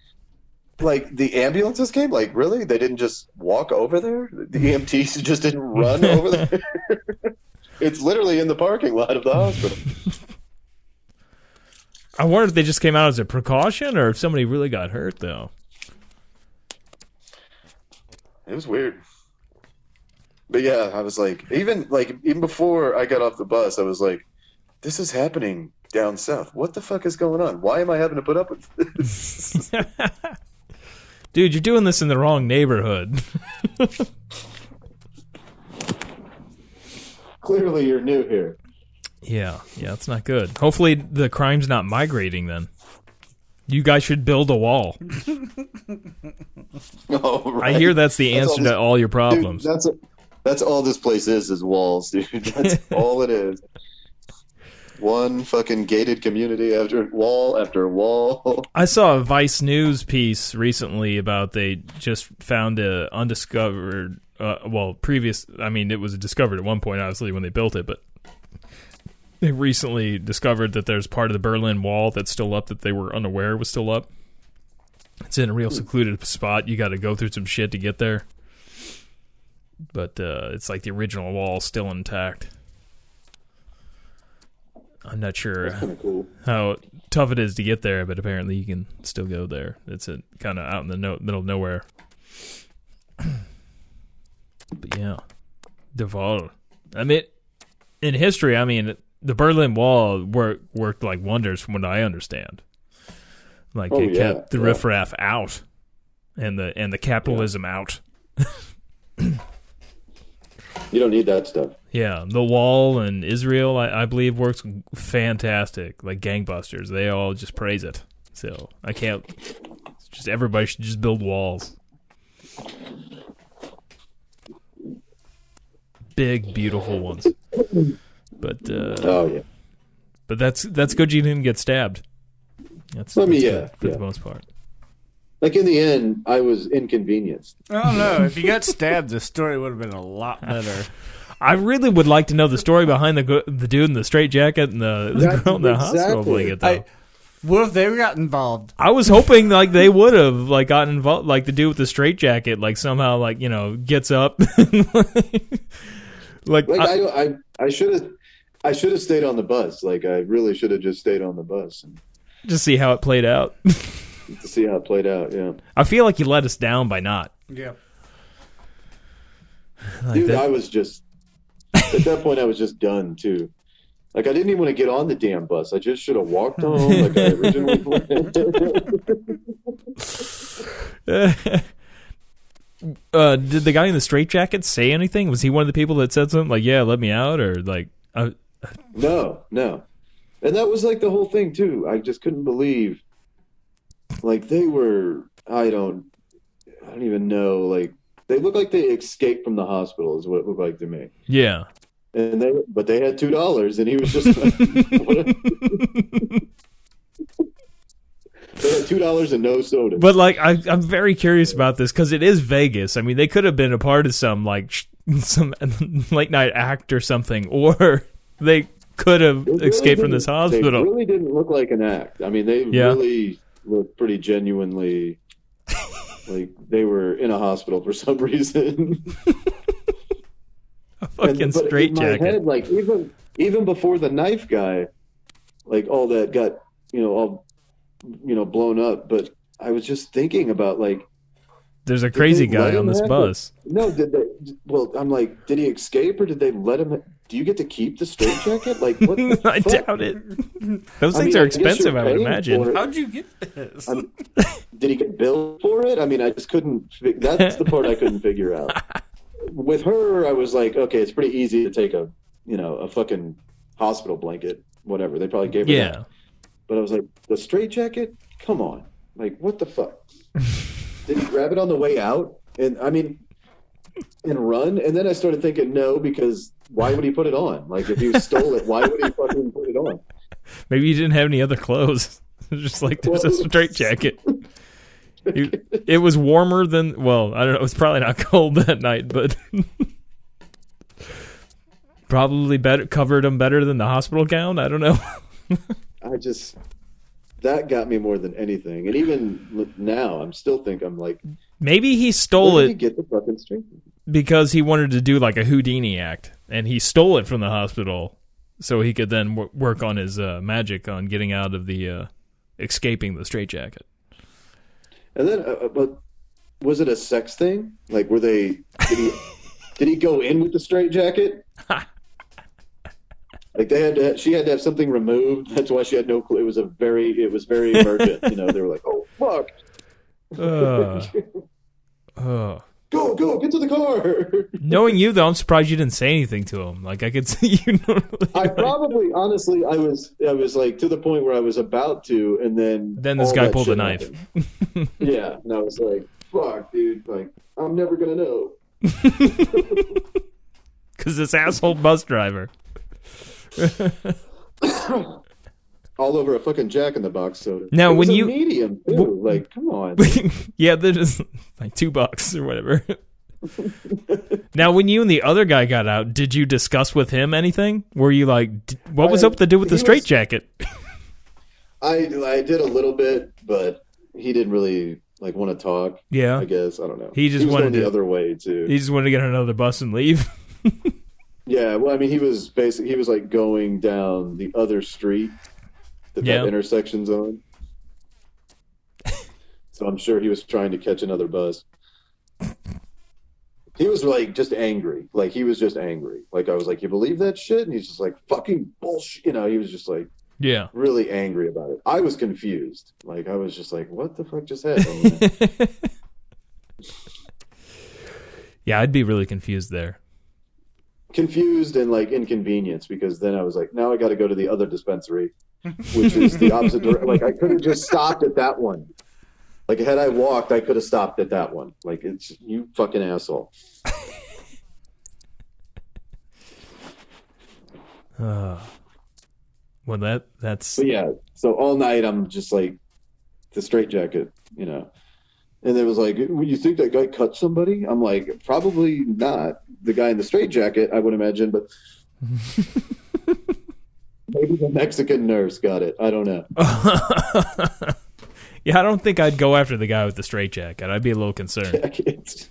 like the ambulances came. Like, really? They didn't just walk over there. The EMTs just didn't run over there. it's literally in the parking lot of the hospital.
I wonder if they just came out as a precaution or if somebody really got hurt though.
It was weird. But yeah, I was like, even like even before I got off the bus, I was like, this is happening down south. What the fuck is going on? Why am I having to put up with this?
Dude, you're doing this in the wrong neighborhood.
Clearly, you're new here.
yeah, yeah, that's not good. Hopefully the crime's not migrating then. You guys should build a wall.
Oh, right.
I hear that's the
That's all
answer
this-
to all your
Dude,
problems.
that's a, that's all this place is is walls, dude. That's all it is. One fucking gated community after wall after wall.
I saw a Vice News piece recently about they just found a undiscovered, uh, well, previous. I mean, it was discovered at one point, obviously, when they built it, but they recently discovered that there's part of the Berlin Wall that's still up that they were unaware was still up. It's in a real secluded spot. You got to go through some shit to get there, but uh, it's like the original wall still intact. I'm not sure
Cool.
how tough it is to get there, but apparently you can still go there. It's kind of out in the no- middle of nowhere. but yeah, Deval. I mean, in history, I mean, the Berlin Wall wor- worked like wonders, from what I understand. Like
Oh,
it
yeah,
kept the
yeah.
riffraff out, and the and the capitalism out.
You don't need that stuff.
Yeah, the wall and Israel, I, I believe, works fantastic, like gangbusters. They all just praise it. So I can't. it's Just everybody should just build walls. Big, beautiful ones. But uh,
Oh yeah.
but that's that's good. You didn't get stabbed. That's,
I mean,
that's
yeah,
good for
uh, yeah.
the most part.
Like in the end, I was inconvenienced.
I don't know. If you got stabbed, the story would have been a lot better.
I really would like to know the story behind the gu- the dude in the straight jacket and the, the
That's
girl in the hospital
exactly-
blanket. Though.
I, what if they got involved?
I was hoping like they would have like got involved, like the dude with the straitjacket, like somehow like you know gets up, like,
Like
I-
I, I, I should have, I should have stayed on the bus. Like I really should have just stayed on the bus and
just see how it played out.
to see how it played out. Yeah,
I feel like he let us down by not.
Yeah.
Like
Dude,
that-
I was just at that point. I was just done too. Like I didn't even want to get on the damn bus. I just should have walked home like I originally planned.
uh, did the guy in the straitjacket say anything? Was he one of the people that said something like, "Yeah, let me out," or like, uh,
no, no, and that was like the whole thing too. I just couldn't believe, like they were. I don't. I don't even know. Like they looked like they escaped from the hospital. Is what it looked like to me.
"Yeah,
And they, but they had two dollars, and he was just like, what they had two dollars and no soda.
But like, I, I'm very curious about this because it is Vegas. I mean, they could have been a part of some like sh- some late night act or something, or they could have
They really
escaped from this
didn't-
hospital.
They really didn't look like an act. I mean, they
Yeah.
really looked pretty genuinely like they were in a hospital for some reason.
a fucking
And- but in my
straitjacket.
head, Like even even before the knife guy, like all that got you know all you know blown up. But I was just thinking about like
There's a crazy
they
guy
let
on
him
this
have it?
bus.
No, did they? Well, I'm like, did he escape or did they let him? Do you get to keep the straitjacket? Like, what? The
I
fuck?
doubt it. Those
I
things
mean,
are
I guess you're
expensive, I would
paying
imagine.
for it.
How'd you get this?
I'm- Did he get billed for it? I mean, I just couldn't. fi- That's the part I couldn't figure out. With her, I was like, okay, it's pretty easy to take a, you know, a fucking hospital blanket, whatever. They probably gave her that.
Yeah,
But I was like, the straitjacket? Come on. Like, what the fuck? Did he grab it on the way out? And I mean, and run? And then I started thinking, no, because why would he put it on? Like, if you stole it, why would he fucking put it on?
maybe you didn't have any other clothes. Just like there's a straitjacket. You- It was warmer than well, I don't know. It was probably not cold that night, but probably better covered him better than the hospital gown. I don't know.
I just, that got me more than anything. And even l- now, I'm still thinking, I'm like,
Maybe he stole
where did he
it
get the fucking straitjacket?
because he wanted to do like a Houdini act, and he stole it from the hospital so he could then w- work on his uh, magic on getting out of the uh, escaping the straitjacket.
And then, uh, uh, but was it a sex thing? Like, were they? Did he, did he go in with the straitjacket? like they had to. She had to have something removed. That's why she had no clue. It was a very. It was very emergent. you know, they were like, "Oh fuck,
Uh, uh.
go go get to the car."
Knowing you though, I'm surprised you didn't say anything to him. Like I could see you normally.
I probably, honestly, I was, I was like to the point where I was about to, and then
Then this
all
guy
that
pulled a
shit
knife.
happened. yeah, and I was like, "Fuck, dude! Like, I'm never gonna know."
Because this asshole bus driver.
all over a fucking Jack in the Box soda.
Now,
It was
when
a
you-
medium too,
w-
like come on,
yeah, they're just like two bucks or whatever. now, when you and the other guy got out, did you discuss with him anything? Were you like, d- what was
I-
up with the dude with the
Uh, he was-
straitjacket?
I I did a little bit, but he didn't really like want to talk.
Yeah.
I guess I don't know.
He just
was
wanted
going the
to-
other way too.
He just wanted to get on another bus and leave.
Yeah, well, I mean, he was basically he was like going down the other street that
Yeah.
that intersection's on. so I'm sure he was trying to catch another bus. He was like just angry, like he was just angry. Like I was like, "You believe that shit?" And he's just like, "Fucking bullshit," you know. He was just like
Yeah.
really angry about it. I was confused. Like I was just like, "What the fuck just happened?"
yeah, I'd be really confused there.
confused and like inconvenienced because then I was like, now I got to go to the other dispensary, which is the opposite direction. Like I could have just stopped at that one. Like had I walked, I could have stopped at that one. Like it's you fucking asshole.
Uh, well, that that's
But yeah, so all night I'm just like the straitjacket, you know. And it was like, "Well, you think that guy cut somebody? I'm like, probably not. The guy in the straitjacket, I would imagine, but maybe the Mexican nurse got it. I don't know.
yeah. I don't think I'd go after the guy with the straitjacket. I'd be a little concerned.
I can't-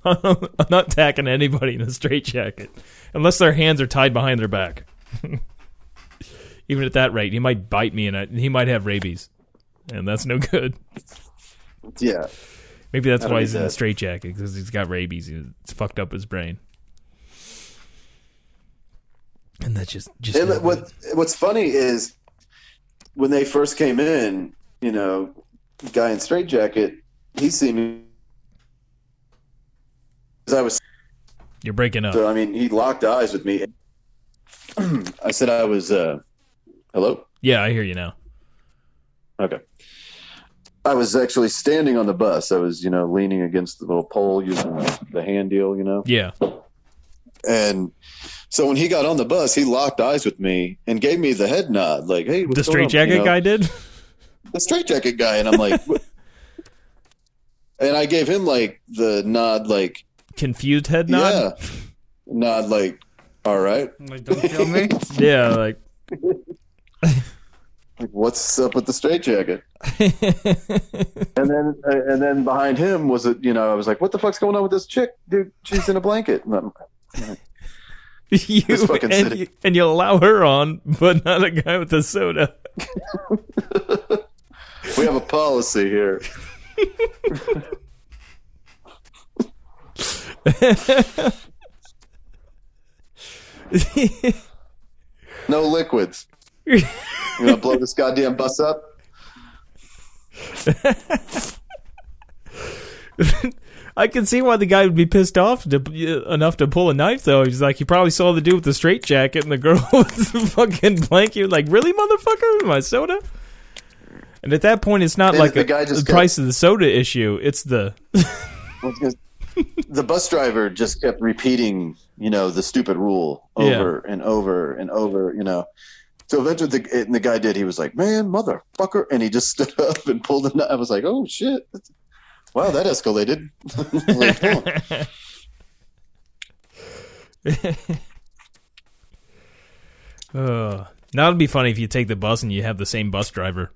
I'm not tacking anybody in a straitjacket unless their hands are tied behind their back. Even at that rate, he might bite me and I, he might have rabies, and that's no good.
Yeah.
Maybe that's
That'll
why
be
he's in a
dead.
straitjacket because he's got rabies. and It's fucked up his brain. And that's just just
And
not
what what's funny is when they first came in, you know, the guy in straitjacket, he seemed. As I was,
good. you're breaking up.
so I mean, he locked eyes with me. I said I was. Uh, hello.
Yeah, I hear you now.
Okay. I was actually standing on the bus. I was, you know, leaning against the little pole using the hand deal, you know.
Yeah,
And so when he got on the bus, he locked eyes with me and gave me the head nod, like, "Hey, what's
the
going on?"
straitjacket
You know,
guy did.
the straitjacket guy," and I'm like, "What?" and I gave him like the nod, like,
Confused head nod.
"Yeah," nod, like, "All right,
Like, don't kill me.
Yeah, yeah like
like, what's up with the straitjacket?" And then, uh, and then behind him was a, you know, I was like, "What the fuck's going on with this chick, dude? She's in a blanket." And I'm,
you
This fucking
and,
city.
you and you allow her on, but not a guy with a soda.
We have a policy here. No liquids. You gonna blow this goddamn bus up?
I can see why the guy would be pissed off to, enough to pull a knife, though. He's like, he probably saw the dude with the straight jacket and the girl with the fucking blanket. Like, really, motherfucker? My soda? And at that point, it's not
And
like
the
a-
guy just
the
got-
price of the soda issue. It's the
The bus driver just kept repeating, you know, the stupid rule over and over and over, you know. So eventually, the, and the guy did. He was like, "Man, motherfucker!" And he just stood up and pulled the knife. I was like, "Oh shit! Wow, that escalated." Like, huh.
Uh, now it'd be funny if you take the bus and you have the same bus driver.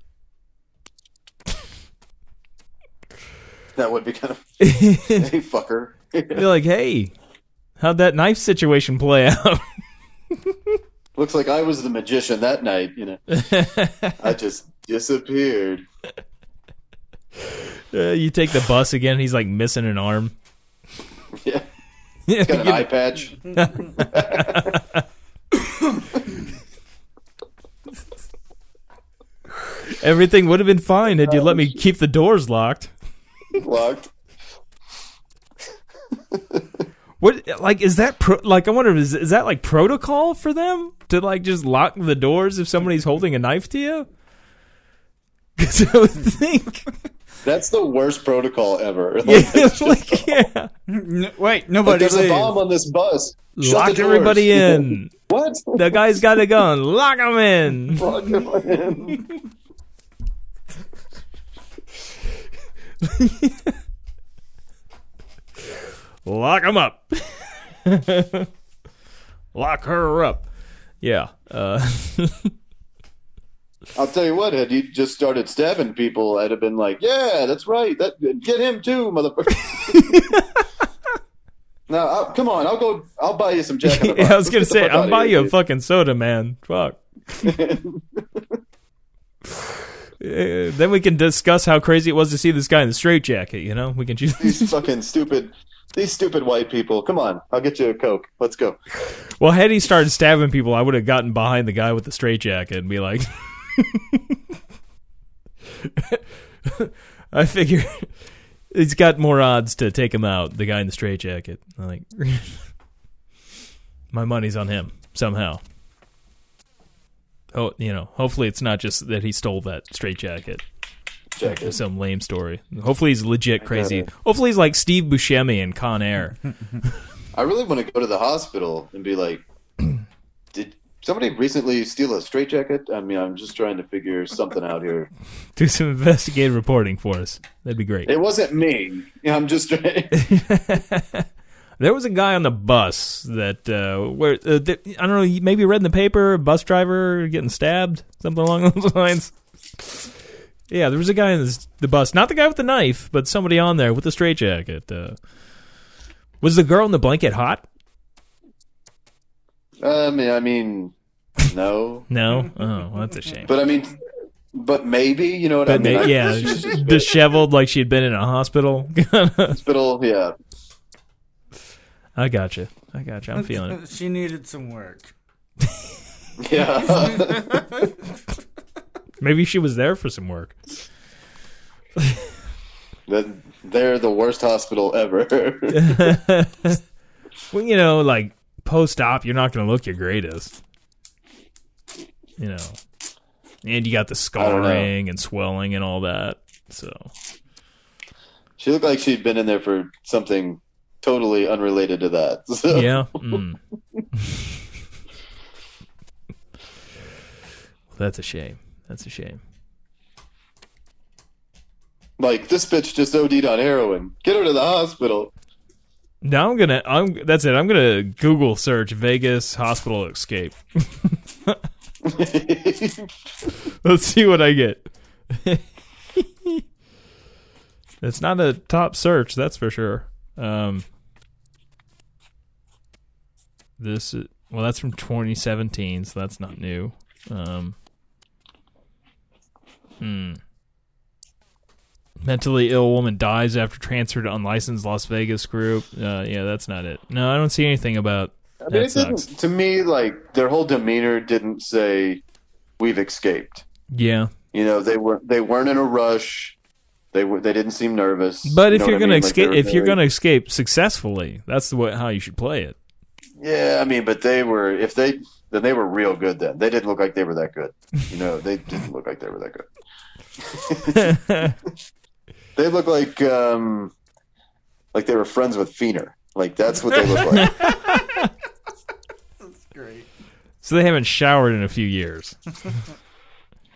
that would be kind of
You're
hey fucker.
like, hey, how'd that knife situation play out?
Looks like I was the magician that night. You know, I just disappeared.
Uh, you take the bus again. He's like missing an arm.
Yeah, got an eye patch.
Everything would have been fine had you let me keep the doors locked.
locked.
What like is that pro- like I wonder is is that like protocol for them to like just lock the doors if somebody's holding a knife to you? Because I would think,
That's the worst protocol ever. Like,
yeah, it's like, yeah,
N- wait, nobody
there's a
leave.
bomb on this bus. Shut
lock
the doors.
everybody in.
What?
The guy's got a gun. Lock him in.
Lock everyone in.
Lock him up. Lock her up. Yeah. Uh,
I'll tell you what. Had you just started stabbing people, I'd have been like, "Yeah, that's right. That get him too, motherfucker." no, I'll, come on. I'll go. I'll buy you some Jack.
I
in the
was
Box. Let's
gonna
get the
say
fuck
I'll
outta
buy
here,
you a
dude.
fucking soda, man. Fuck. Uh, then we can discuss how crazy it was to see this guy in the straitjacket. You know, we can choose.
These fucking stupid. These stupid white people. Come on. I'll get you a coke. Let's go.
Well, had he started stabbing people, I would have gotten behind the guy with the straitjacket and be like, I figure he's got more odds to take him out, the guy in the straitjacket. I'm Like, my money's on him somehow. Oh, you know, hopefully it's not just that he stole that straitjacket.
Jacket.
It's some lame story. Hopefully he's legit crazy.
it.
Hopefully he's like Steve Buscemi in Con Air.
I really want to go to the hospital and be like, "Did somebody recently steal a straitjacket?" I mean, I'm just trying to figure something out here.
Do some investigative reporting for us. That'd be great.
It wasn't me. Yeah, I'm just trying.
There was a guy on the bus that uh, where uh, th- I don't know, you maybe read in the paper, bus driver getting stabbed, something along those lines. Yeah, there was a guy in this, the bus, not the guy with the knife, but somebody on there with the straitjacket. Uh, was the girl in the blanket hot?
I mean, I mean, no.
No, oh, well, that's a shame.
But I mean, but maybe you know what I
But
mean.
they, yeah,
She's just been in
disheveled like she had been in a hospital.
the hospital. Yeah,
I gotcha. I gotcha. I'm feeling it.
She needed some work.
yeah.
Maybe she was there for some work.
That- They're the worst hospital ever.
Well, you know, like post op, you're not going to look your greatest. You know, and you got the
don't know.
scarring and swelling and all that. So
she looked like she'd been in there for something totally unrelated to that. So,
yeah. Mm. well, that's a shame. That's a shame.
Like this bitch just OD'd on heroin. Get her to the hospital.
Now I'm gonna. I'm. That's it. I'm gonna Google search Vegas hospital escape. Let's see what I get. it's not a top search, that's for sure. Um, this is, well, that's from 2017, so that's not new. Um, hmm. Mentally ill woman dies after transfer to unlicensed Las Vegas group. Uh, yeah, that's not it. No, I don't see anything about.
I mean,
that
it didn't,
sucks.
to me, like their whole demeanor didn't say we've escaped.
Yeah,
You know, they were they weren't in a rush. They were they didn't seem nervous.
but
You
if
know
you're
what I
gonna
mean? Like, they
escape,
were
if you're
very-
gonna escape successfully, that's the way how you should play it.
Yeah, I mean, but they were if they then they were real good then. They didn't look like they were that good. You know, they didn't look like they were that good. They look like um like they were friends with Feener. Like that's what they look like.
Great.
So they haven't showered in a few years.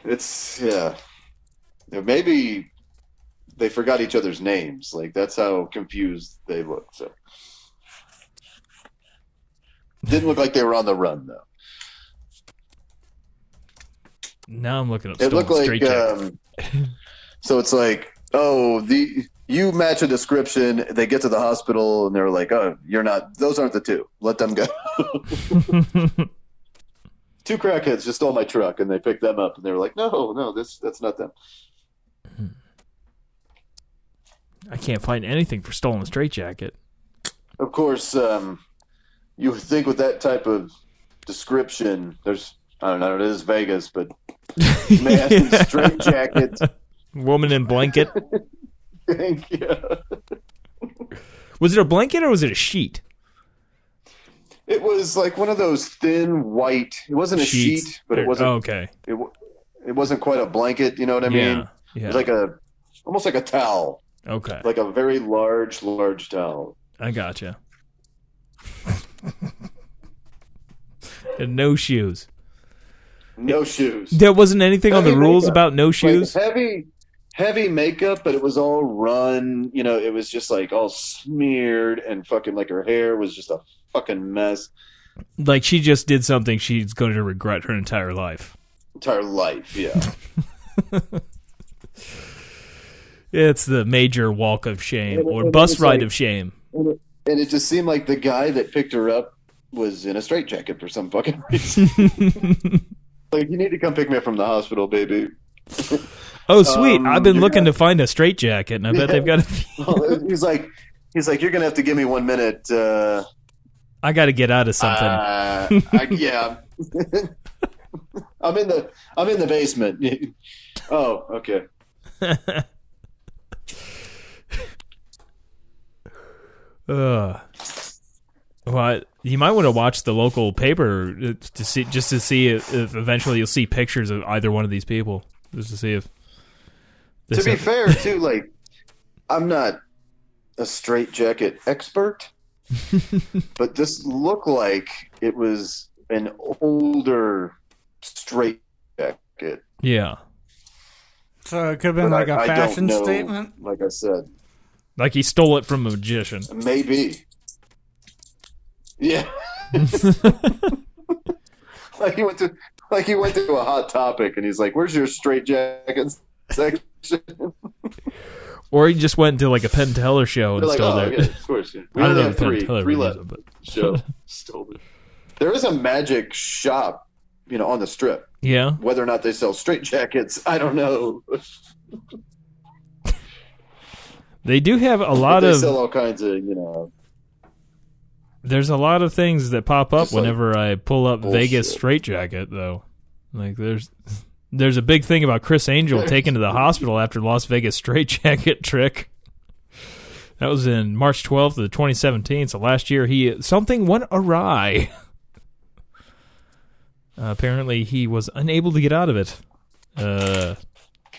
It's yeah. Yeah, Maybe they forgot each other's names. Like that's how confused they looked. So didn't look like they were on the run though.
Now I'm looking up.
It
Stolen
looked like
straitjacket.
um, so it's like oh the you match a description. They get to the hospital and they're like oh you're not those aren't the two. Let them go. two crackheads just stole my truck and they picked them up and they were like no no this that's not them.
I can't find anything for stolen straitjacket.
Of course, um, you would think with that type of description, there's I don't know, it is Vegas, but man in straight jacket.
Woman in blanket.
yeah.
was it a blanket or was it a sheet?
It was like one of those thin white. It wasn't a
Sheets.
sheet, but it
Or-
wasn't.
oh, okay.
It, wa- it wasn't quite a blanket. You know what I mean?
yeah.
It
Yeah.
was like a almost like a towel,
okay.
like a very large, large towel.
I gotcha. and no shoes.
No shoes.
There wasn't anything on the
Heavy
rules
makeup.
about no
Like,
shoes.
heavy heavy makeup but it was all run you know it was just like all smeared and fucking like her hair was just a fucking mess
Like she just did something she's going to regret her entire life.
entire life yeah
It's the major walk of
Yeah,
shame
but-
or
but
bus
it's
ride
like-
of shame.
and it just seemed like the guy that picked her up was in a straitjacket for some fucking reason like you need to come pick me up from the hospital baby
Oh sweet!
Um,
I've been
you're
looking to find a straitjacket, and I bet they've got. A,
he's like he's like you're gonna have to give me one minute uh,
I got to get out of something.
uh, I, yeah i'm in the i'm in the basement oh okay Uh,
Ugh. Well, I- you might want to watch the local paper uh, to see just to see if, if eventually you'll see pictures of either one of these people, just to see if.
to
there's
be
a-
fair too like i'm not a straight jacket expert but this looked like it was an older straight jacket
yeah,
So it could have been like
a
a fashion statement.
like i said
like he stole it from a magician.
maybe yeah like he went to like he went to a hot topic and he's like where's your straight jacket section
Or he just went to like a Penn Teller show and
They're like,
stole
oh,
their
okay, of course. yeah. We
I don't
only
know
have
if Penn
three.
Teller
Three
would use
left.
it, but
show stole it. There is a magic shop, you know, on the strip.
Yeah.
Whether or not they sell straight jackets, I don't know.
They do have a
But
lot
they
of
sell all kinds of, you know,
there's a lot of things that pop up
Just like
whenever I pull up
bullshit.
Vegas straitjacket though. Like there's there's a big thing about Chris Angel taken to the hospital after Las Vegas straitjacket trick. That was in March 12th of 2017. So last year he something went awry. Uh, apparently he was unable to get out of it. Uh,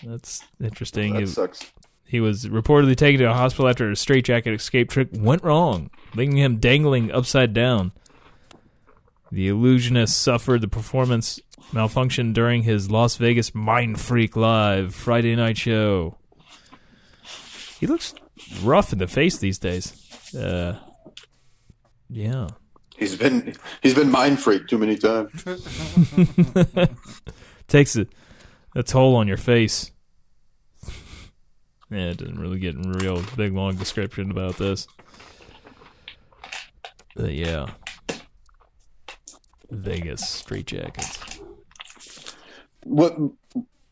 that's interesting.
that
It-
sucks.
he was reportedly taken to a hospital after a straitjacket escape trick went wrong, leaving him dangling upside down. The illusionist suffered the performance malfunction during his Las Vegas Mind Freak Live Friday night show. He looks rough in the face these days. Uh, yeah.
He's been he's been mind freaked too many times.
takes a, a toll on your face. Yeah, it doesn't really get in real big long description about this. But yeah. Vegas street jackets.
What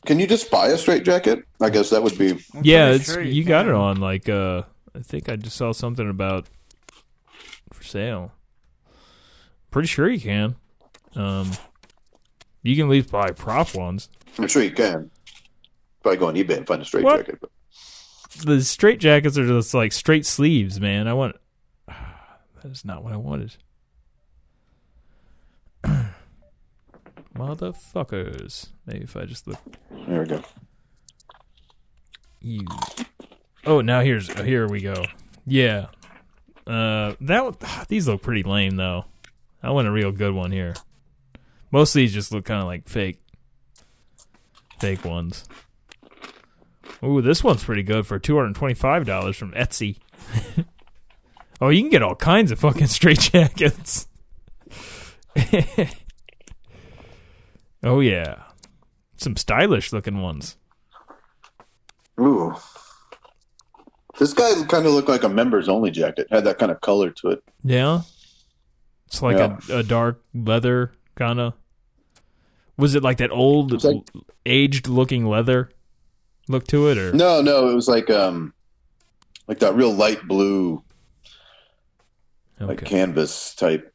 can you just buy a straight jacket? I guess that would be
yeah,
pretty
it's
sure
you,
you
got it
can.
on like uh I think I just saw something about for sale. Pretty sure you can. Um you can at least buy prop ones.
I'm sure you can. Probably go on eBay and find a straight
What?
jacket. But
the straight jackets are just like straight sleeves, man. I want that is not what I wanted. Motherfuckers. Maybe if I just look
there we go.
you. Oh, now here's here we go. Yeah. Uh that these look pretty lame though. I want a real good one here. Most of these just look kind of like fake fake ones. Ooh, this one's pretty good for $225 from Etsy. oh, you can get all kinds of fucking straitjackets. oh yeah. Some stylish looking ones.
Ooh. This guy kind of looked like a members only jacket. Had that kind of color to it.
Yeah. It's like a, a dark leather kind of. Was it like that old
It's like-
aged looking leather look to it or
No, no, it was like um like that real light blue like
okay.
canvas type.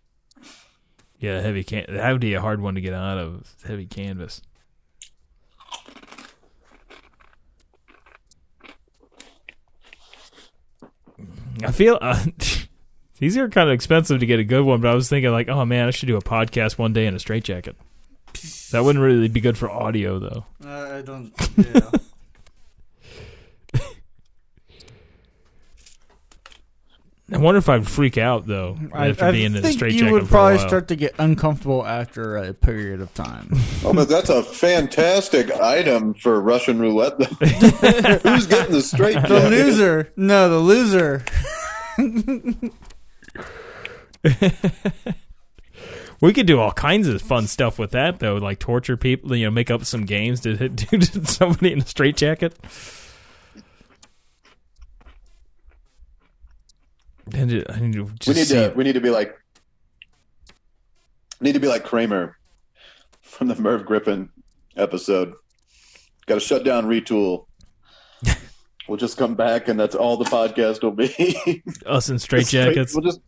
Yeah, heavy can that would be a hard one to get out of. Heavy canvas. I feel uh, these are kind of expensive to get a good one, but I was thinking like, oh man, I should do a podcast one day in a straitjacket. That wouldn't really be good for audio though.
Uh, I don't. Yeah.
I wonder if I'd freak out though
I,
after
I
being in a
think
straight
you
jacket
would
for a
probably
while.
start to get uncomfortable after a period of time.
Oh, but that's a fantastic item for Russian roulette. Who's getting the straight
the
jacket?
loser, no, the loser.
we could do all kinds of fun stuff with that though, like torture people, you know, make up some games to hit to hit somebody in a straight jacket. I need to- I need to just
We need
see-
to we need to be like need to be like Kramer from the Merv Griffin episode. Got to shut down, retool. we'll just come back, and that's all the podcast will be.
us in straight jackets.
We'll just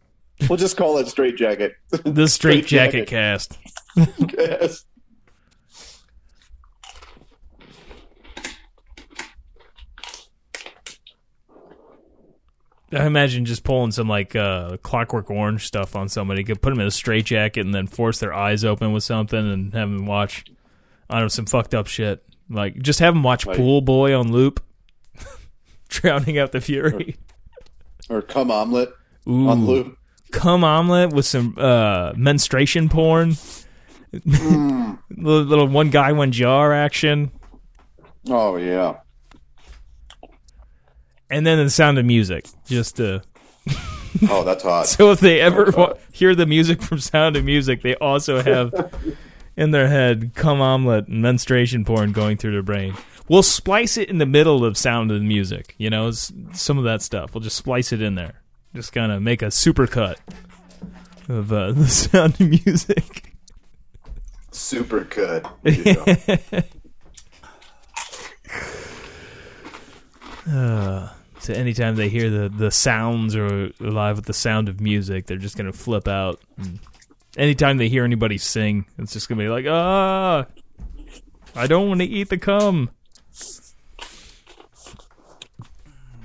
we'll just call it straight jacket.
the straight jacket
Straitjacket.
cast.
Yes.
I imagine just pulling some like uh, clockwork orange stuff on somebody. Could put them in a straight jacket and then force their eyes open with something and have them watch, I don't know, some fucked up shit. Like just have them watch
Like-
Pool Boy on loop, drowning out the fury.
Or come omelet
Ooh,
on loop.
cum omelet with some uh, menstruation porn.
Hmm.
little, little one guy, one jar action,
Oh yeah.
and then the sound of music. Just uh,
Oh, that's hot.
So if they ever wa- hear the music from Sound of Music, they also have in their head cum omelet and menstruation porn going through their brain. We'll splice it in the middle of Sound of Music, you know, s some of that stuff. We'll just splice it in there. Just kind of make a supercut of uh, the Sound of Music.
super cut. You know?
So anytime they hear the, the sounds or live with the sound of music, they're just gonna flip out. And anytime they hear anybody sing, it's just gonna be like, ah, I don't want to eat the cum.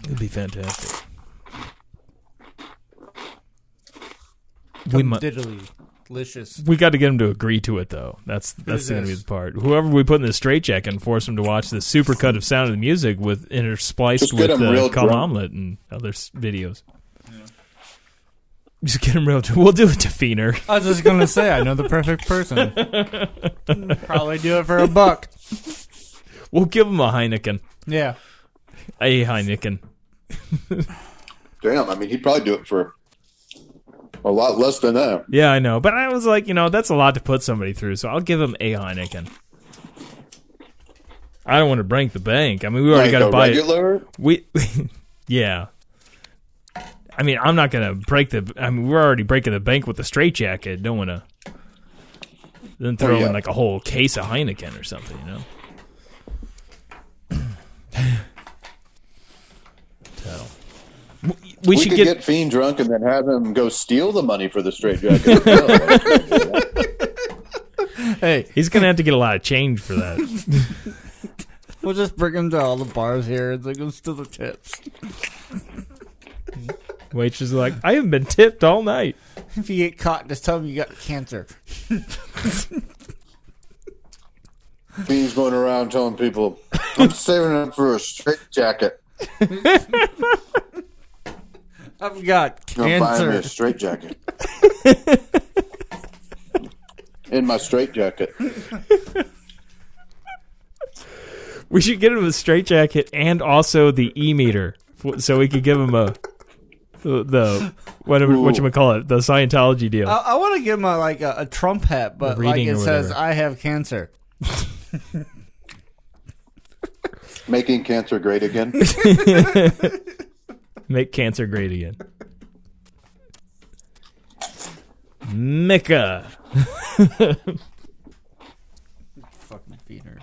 It'd be fantastic. We mu-
Diddly. Delicious.
we got to get him to agree to it though. That's that's
is
going to be
this?
the part. Whoever we put in the straitjacket and force him to watch the supercut of sound of the music with interspliced
Just get
with
him
uh,
real
Call
drunk.
Omelet and other s- videos. Just get him real. We'll do it to Feener.
I was just gonna say I know the perfect person. Probably do it for a buck.
We'll give him a Heineken.
Yeah.
A Heineken.
Damn, I mean, he'd probably do it for a lot less than that.
Yeah, I know. But I was like, you know, that's a lot to put somebody through. So I'll give him a Heineken. I don't want to break the bank. I mean, we already
Like
got to
a
buy it.
regular.
We, yeah. I mean, I'm not gonna break the. I mean, we're already breaking the bank with the straitjacket. Don't wanna then throw
yeah.
in like a whole case of Heineken or something, you know. so, we, we,
We,
should
could
get,
get, Fiend drunk and then have him go steal the money for the straight jacket.
Hey,
He's gonna have to get a lot of change for that.
we'll just bring him to all the bars here and like us to the tips.
Waitress is like, I haven't been tipped all night.
If you get caught, just tell him you got cancer.
Fiend's going around telling people, "I'm saving up for a straight jacket.
I've got
I'm buying me a
cancer.
straight jacket." In my straight jacket.
We should get him a straitjacket and also the e meter, f- so we could give him a the, the whatever
Ooh.
what you call it, the Scientology deal.
I, I want to give him a, like a, a Trump hat, but like
reading
it
or
says,
whatever.
"I have cancer."
Making cancer great again.
Make cancer great again. Mika.
Fucking Peter.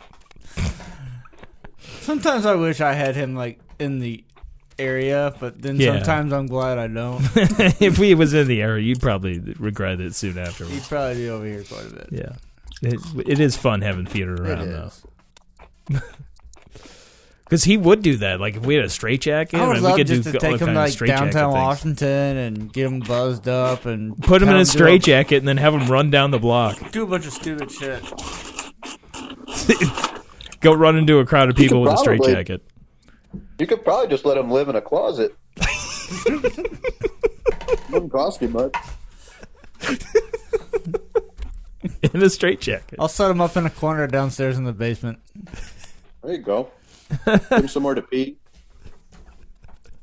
Sometimes I wish I had him like in the area, but then
Yeah.
sometimes I'm glad I don't.
if he was in the era, you'd probably regret it soon
He'd
afterwards.
probably be over here quite a bit.
Yeah. It, it is fun having theater
It
around though,
is.
because he would do that. Like if we had a straitjacket,
I would
and we
love
could
just
do
to
all
take him
kinds of
like
straitjacket
downtown
things.
Washington and get him buzzed up and
Put him
tell
in a
do
straitjacket and then have him run down the block.
do a bunch of stupid shit.
Go run into a crowd of people with a
probably-
straitjacket.
You could probably just let him live in a closet. Wouldn't cost you much.
in a straitjacket.
I'll set him up in a corner downstairs in the basement.
There you go. Give him somewhere to pee.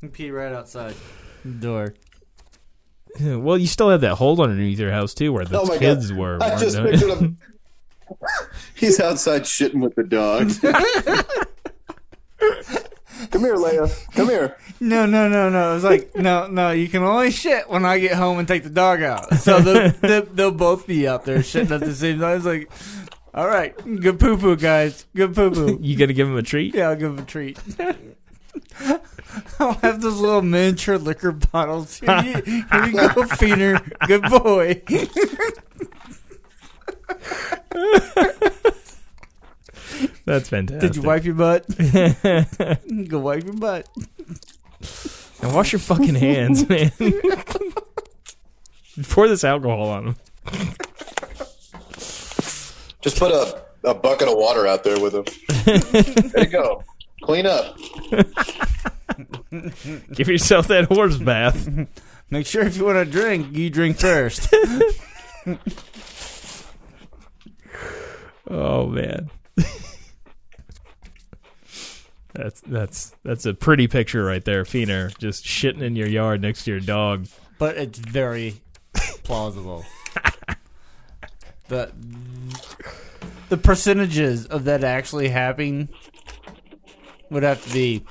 And pee right outside the door.
Yeah, Oh, Well, you still had that hold underneath your house too, where the
Oh my
kids
God.
were.
I
weren't
just
they?
pictured him. He's outside shitting with the dogs. Come here, Leia. Come here.
No, no, no, no. It's like no, no. You can only shit when I get home and take the dog out. So they'll, they'll, they'll both be out there shitting at the same time. It's like, all right, good poo poo, guys. Good poo poo.
you gonna give him a treat?
Yeah, I'll give him a treat. I'll have those little miniature liquor bottles. Here you, here you go, Feener. Good boy.
That's fantastic.
Did you wipe your butt? go wipe your butt.
Now wash your fucking hands, man. Pour this alcohol on him.
Just put a, a bucket of water out there with him. there you go. Clean up.
Give yourself that horse bath.
Make sure if you want to drink, you drink first.
Oh man. That's that's that's a pretty picture right there, Feener. Just shitting in your yard next to your dog.
but it's very plausible. the the percentages of that actually happening would have to be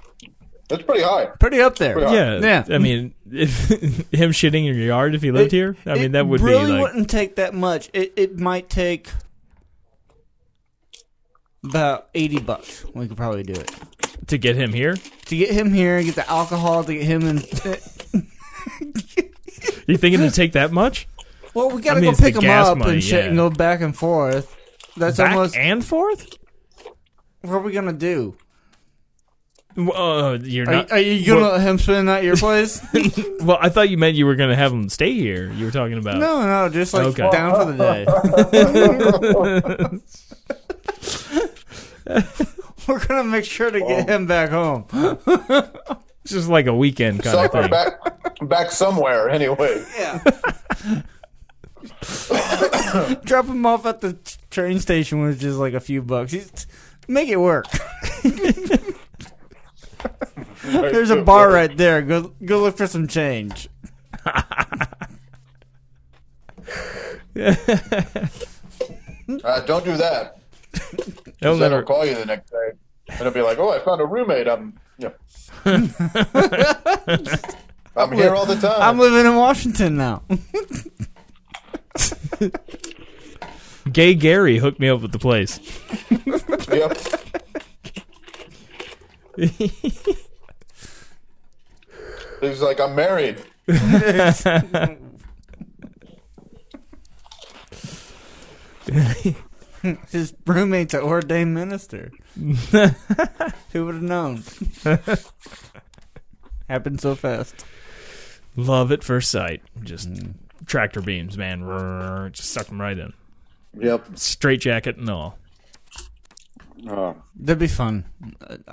That's pretty high.
pretty up there.
Pretty high.
Yeah,
Yeah.
I mean, if him shitting in your yard if he lived here, I
It
mean that would
really
be like
wouldn't take that much. It it might take About eighty bucks. We could probably do it
to get him here.
to get him here, get the alcohol, to get him in.
You thinking to take that much
well, we
I
gotta
mean, it's
go pick
the
him
gas
up
money,
and shit,
yeah.
and go back and forth. That's
back
almost
and forth?
what are we gonna do?
Uh, you're
Are,
not.
are you gonna
well,
let him spend the night at your place?
well, I thought you meant you were gonna have him stay here. You were talking about.
no, no, just like
Okay.
down for the day. We're gonna make sure to get him back home.
It's just like a weekend kind of
Somewhere
thing.
back, back somewhere anyway.
Yeah. Drop him off at the t- train station with just like a few bucks. He's- Make it work. There's a bar right there. Go go look for some change.
Uh, don't do that.
They'll
Then I'll
never.
call you the next day, and I'll be like, "Oh, I found a roommate. I'm, you know, I'm here all the time.
I'm living in Washington now.
Gay Gary hooked me up with the place.
yep. He's like, I'm married.
His roommate's an ordained minister. Who would have known? Happened so fast.
Love at first sight. Just
Mm.
tractor beams, man. Rrrr, Just suck them right in.
Yep.
Straight jacket and all.
Oh.
That'd be fun.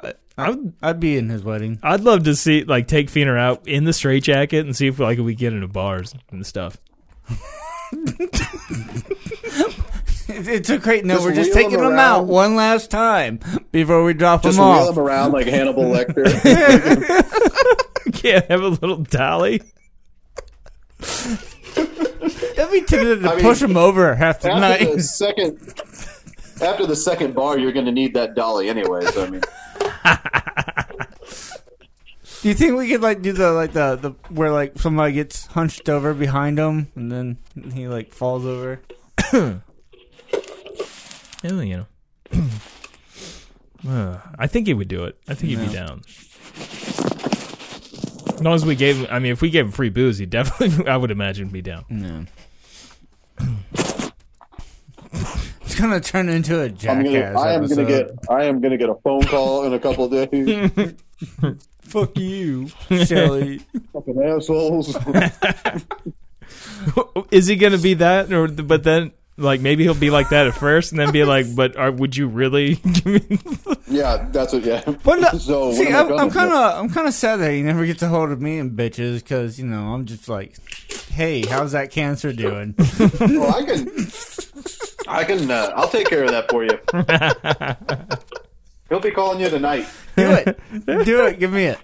I,
I would,
would be in his wedding.
I'd love to see like take Fiener out in the straight jacket and see if like we get into bars and stuff.
It's a great. No,
Just
we're just
wheel him
taking him, out
around.
one last time before we drop
Just
him
wheel
off.
him around like Hannibal Lecter.
Yeah, have a little dolly.
That'd be tempted to
I mean,
push him over half the night.
after the second, after the second bar, you're going to need that dolly anyway. So I mean,
Do you think we could like do the like the, the where like somebody gets hunched over behind him and then he like falls over?
Oh, you know. Uh, I think he would do it. I think he'd be down. As long as we gave him, I mean, if we gave him free booze, he definitely, I would imagine, be down.
No. it's gonna turn into a jackass
I'm gonna, I am
episode.
going to get, I am going to get a phone call in a couple of days.
fuck you, Shelly.
Fucking assholes.
Is he going to be that? or But then, like, maybe he'll be like that at first and then be like, but are, would you really give me.
yeah, that's what. Yeah.
But no,
so what
see,
am I
I'm, I'm
gonna do?
kind of I'm kind of sad that he never gets a hold of me and bitches because you know I'm just like, hey, how's that cancer doing?
Well, I can, I can, uh, I'll take care of that for you. He'll be calling you tonight.
Do it. Do it. Give me it.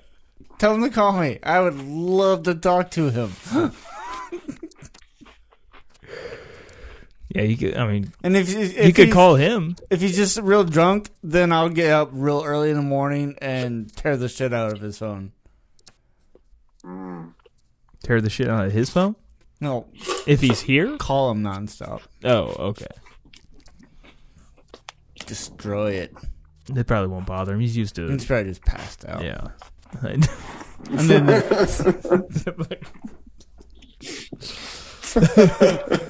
Tell him to call me. I would love to talk to him.
Yeah, you could, I mean,
And if, if
you could
he's-
call him.
if he's just real drunk, then I'll get up real early in the morning and tear the shit out of his phone.
Tear the shit out of his phone?
No,
If he's here?
call him nonstop.
Oh, okay.
Destroy it.
They probably won't bother him. He's used to
He's
it.
probably just passed out.
Yeah.
And then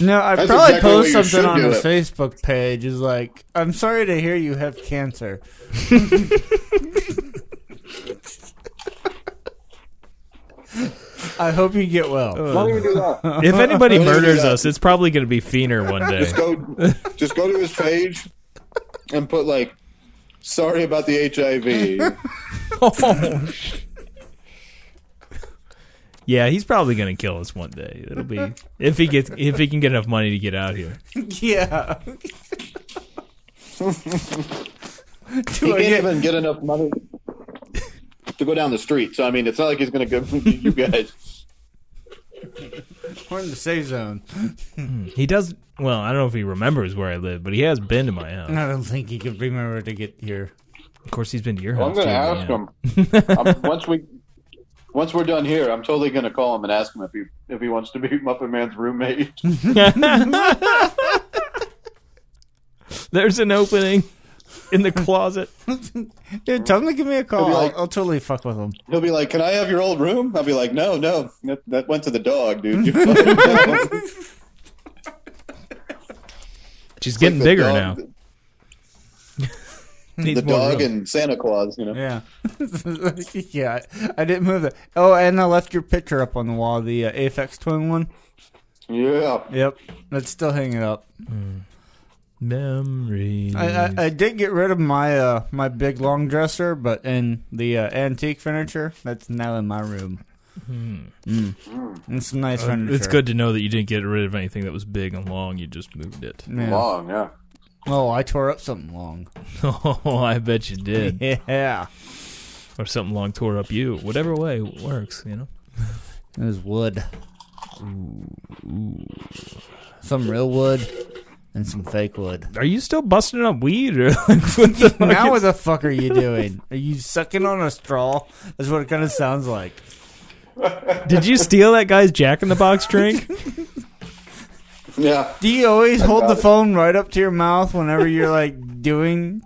no, I probably
That's exactly what
post
you
something
should
on
do
his
it.
Facebook page. Is like, I'm sorry to hear you have cancer. I hope you get well.
Don't even do that.
If anybody
Don't even do
murders
that.
us, it's probably going to be Feener one day.
Just go, just go to his page and put like, sorry about the HIV.
yeah, he's probably going to kill us one day. It'll be if he gets if he can get enough money to get out here.
Yeah.
He
Do I
can't
get-
even get enough money to go down the street. So I mean, it's not like he's going to go. You guys,
We're in the safe zone.
He does well. I don't know if he remembers where I live, but he has been to my house.
I don't think he could remember to get here.
Of course, he's been to your
I'm
house.
going to
too,
ask
yeah.
him I'm, once we. Once we're done here, I'm totally going to call him and ask him if he if he wants to be Muffin Man's roommate.
There's an opening in the closet.
Dude, tell them to give me a call.
Maybe, like-
I'll, I'll totally fuck with them.
He'll be like, "Can I have your old room?" I'll be like, "No, no, that, that went to the dog, dude." You fucking dog."
She's getting
The
bigger
dog-
now. Needs
The
more
dog
room.
and Santa Claus, you know.
Yeah. yeah, I didn't move it. Oh, and I left your picture up on the wall, the uh, Aphex Twin one.
Yeah.
Yep. That's still hanging up.
memories.
I, I, I did get rid of my uh, my big long dresser, but in the uh, antique furniture that's now in my room. Hmm. Mm. And some nice furniture.
it's good to know that you didn't get rid of anything that was big and long. You just moved it.
Yeah.
Long, yeah.
Oh, I tore up something long.
Oh, I bet you did.
Yeah,
or something long tore up you. Whatever way works, you know.
it was wood. Some real wood and some fake wood.
Are you still busting up weed or like what the fuck
Now what
is-
the fuck are you doing? Are you sucking on a straw? That's what it kind of sounds like.
Did you steal that guy's Jack in the Box drink?
Yeah.
Do you always hold
got
the
it.
phone right up to your mouth whenever you're like doing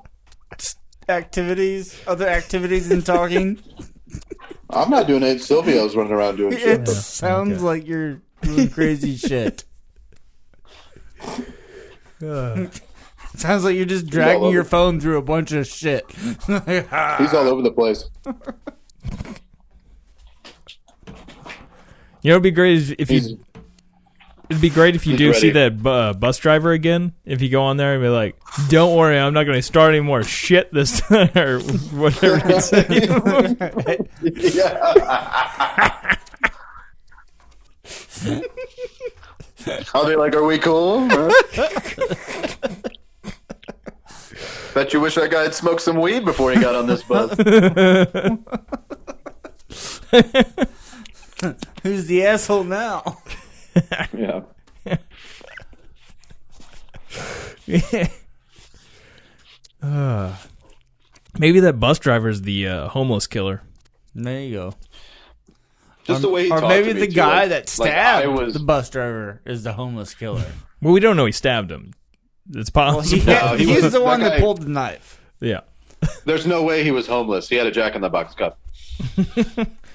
activities, other activities, and talking?
I'm not doing it. Silvio's running around doing shit.
It sounds
okay.
like you're doing crazy shit. Sounds like you're just dragging
over
your
it.
phone through a bunch of shit.
He's all over the place.
You know, it'd be great is if
He's
you. It'd be great if you
He's
do see
ready.
that bu- uh, bus driver again. If you go on there and be like, "Don't worry, I'm not going to start any more shit this time," or whatever. It's
yeah. I'll be like, are we cool? Huh? Bet you wish that guy had smoked some weed before he got on this bus.
Who's the asshole now?
yeah.
Uh, maybe that bus driver is the uh, homeless killer.
There you go.
Just
Um,
the way he
Um, or
talked
maybe
to me,
the
too,
guy
like-
that
like,
stabbed
I was,
the bus driver is the homeless killer.
Well, we don't know he stabbed him. It's
Well, he,
possible.
No, he
he's
was-
the one
that
that
guy-
pulled the knife.
yeah.
there's no way he was homeless. He had a Jack in the Box cup.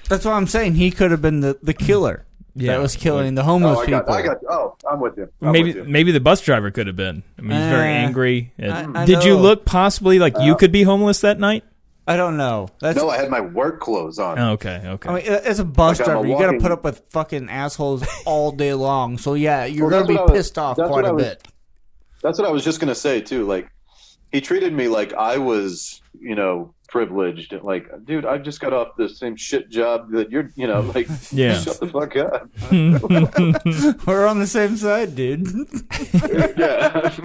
That's what I'm saying. He could have been the, the killer
Yeah.
that was killing the homeless
oh, I
people.
got, I got. Oh, I'm with you. I'm
maybe
with you.
maybe the bus driver could have been. I mean, he's very
Uh,
angry.
I- I
Did you
know.
look possibly like you could be homeless that night?
I don't know. That's
No, I had my work clothes on.
Oh, okay, okay.
I mean, as a bus
Like, I'm a
driver, you got to
walking-
put up with fucking assholes all day long. So yeah, you're
Well, that's
gonna
what
be
I was-
pissed off
that's
quite
what I
a
was-
bit.
That's what I was just gonna say too. Like, he treated me like I was, you know, privileged. Like, dude, I just got off the same shit job that you're, you know, like,
Yeah.
shut the fuck up.
We're on the same side, dude.
yeah.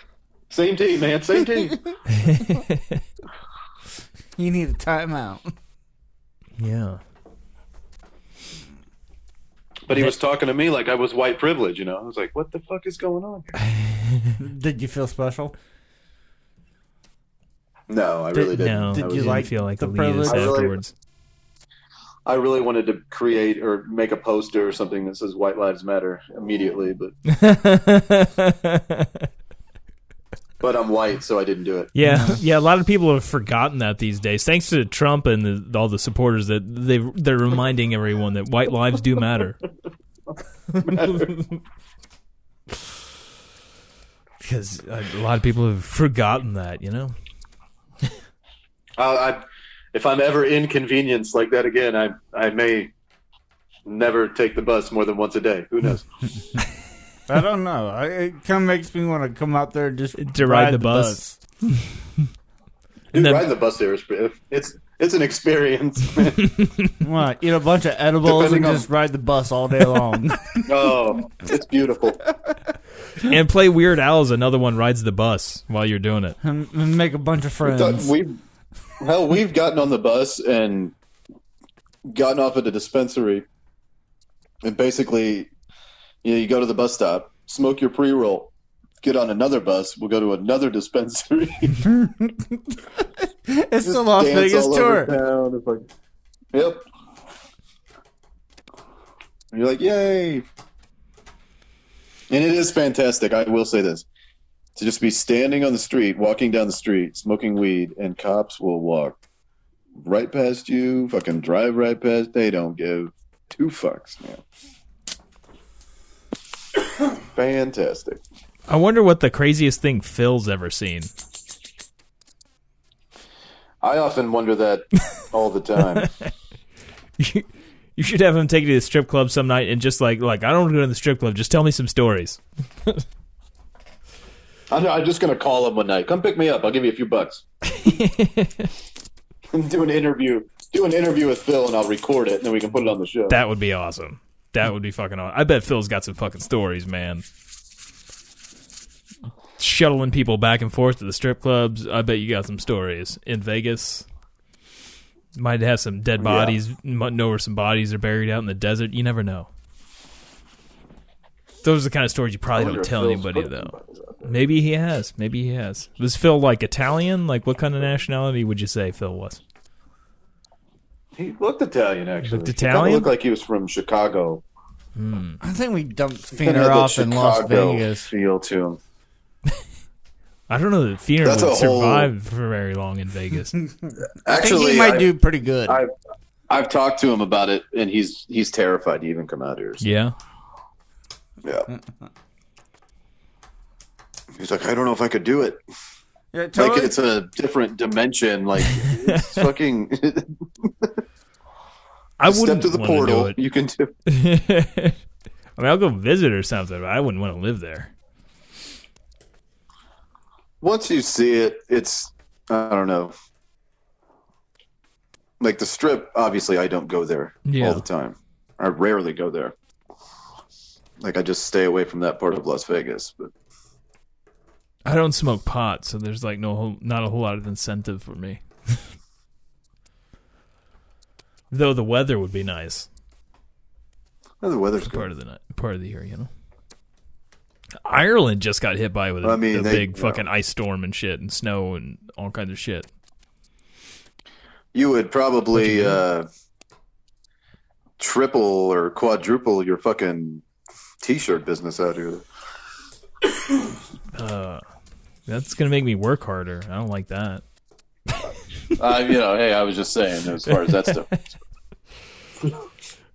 same team, man. Same team.
you need a timeout.
yeah.
But he was talking to me like I was white privilege. You know, I was like, what the fuck is going on? Here?
Did you feel special?
No, I really didn't.
No,
Did you
didn't
like
feel like
the
elitist
privilege? I
really-
afterwards?
I really wanted to create or make a poster or something that says "White Lives Matter" immediately, but but I'm white, so I didn't do it.
yeah, yeah. A lot of people have forgotten that these days, thanks to Trump and the, all the supporters that they they're reminding everyone that white lives do matter. Because a lot of people have forgotten that, you know.
I, I, if I'm ever inconvenienced like that again, I I may never take the bus more than once a day. Who knows?
I don't know. I, it kind of makes me want to come out there and just
To ride the bus.
Dude,
then-
riding the bus there is it's it's an experience. man.
What? Eat a bunch of edibles
Depending on-
and just ride the bus all day long.
oh, it's beautiful.
And play Weird Al's another one rides the bus while you're doing it.
and, and make a bunch of friends.
We hell, we've gotten on the bus and gotten off at a dispensary, and basically, you, know, you go to the bus stop, smoke your pre roll. Get on another bus. We'll go to another dispensary.
it's the Las
Dance
Vegas
all
tour.
over town. It's like, yep. And you're like, yay. And it is fantastic. I will say this. to just be standing on the street, walking down the street, smoking weed, and cops will walk right past you, fucking drive right past. They don't give two fucks, man. Fantastic.
I wonder what the craziest thing Phil's ever seen.
I often wonder that all the time.
You, you should have him take you to the strip club some night and just like like I don't want to go to the strip club. Just tell me some stories.
I'm, I'm just gonna call him one night. Come pick me up. I'll give you a few bucks. do an interview. Do an interview with Phil, and I'll record it, and then we can put it on the show.
That would be awesome. That would be fucking awesome. I bet Phil's got some fucking stories, man. Shuttling people back and forth to the strip clubs. I bet you got some stories in Vegas. Might have some dead bodies. Might know where some bodies are buried out in the desert. You never know. Those are the kind of stories you probably
wonder
don't
if
tell
Phil's
anybody,
put
though.
somebody's out there.
Maybe he has. Maybe he has. Was Phil like Italian? Like what kind of nationality would you say Phil was?
He looked Italian, actually.
Looked
He kinda
Italian?
looked like he was from Chicago.
I think we dumped
Kinda
Fiender
had that
off in Las
Chicago
Vegas.
Feel to him.
I don't know that Fener
That's
would
a whole-
survive for very long in Vegas.
I think
Actually,
he might
I-
do pretty good.
I- I've talked to him about it, and he's he's terrified to even come out here.
yeah.
Yeah. He's like, I don't know if I could do it.
yeah, tell
Like
him-
it's a different dimension. Like it's fucking
I
step
wouldn't
to the
wanna
portal.
Do it.
You can do.
I mean, I'll go visit or something, but I wouldn't want to live there.
Once you see it, it's I don't know. Like the strip, obviously, I don't go there
Yeah.
all the time. I rarely go there. Like I just stay away from that part of Las Vegas. But
I don't smoke pot, so there's like no whole, not a whole lot of incentive for me. Though the weather would be nice
oh, the weather's good.
part of the night, part of the year, you know. Ireland just got hit by with a,
I mean,
a
they-
big
yeah.
fucking ice storm and shit and snow and all kinds of shit.
You would probably uh, triple or quadruple your fucking t-shirt business out here.
That's gonna make me work harder. I don't like that.
Uh, you know, hey, I was just saying as far as that stuff.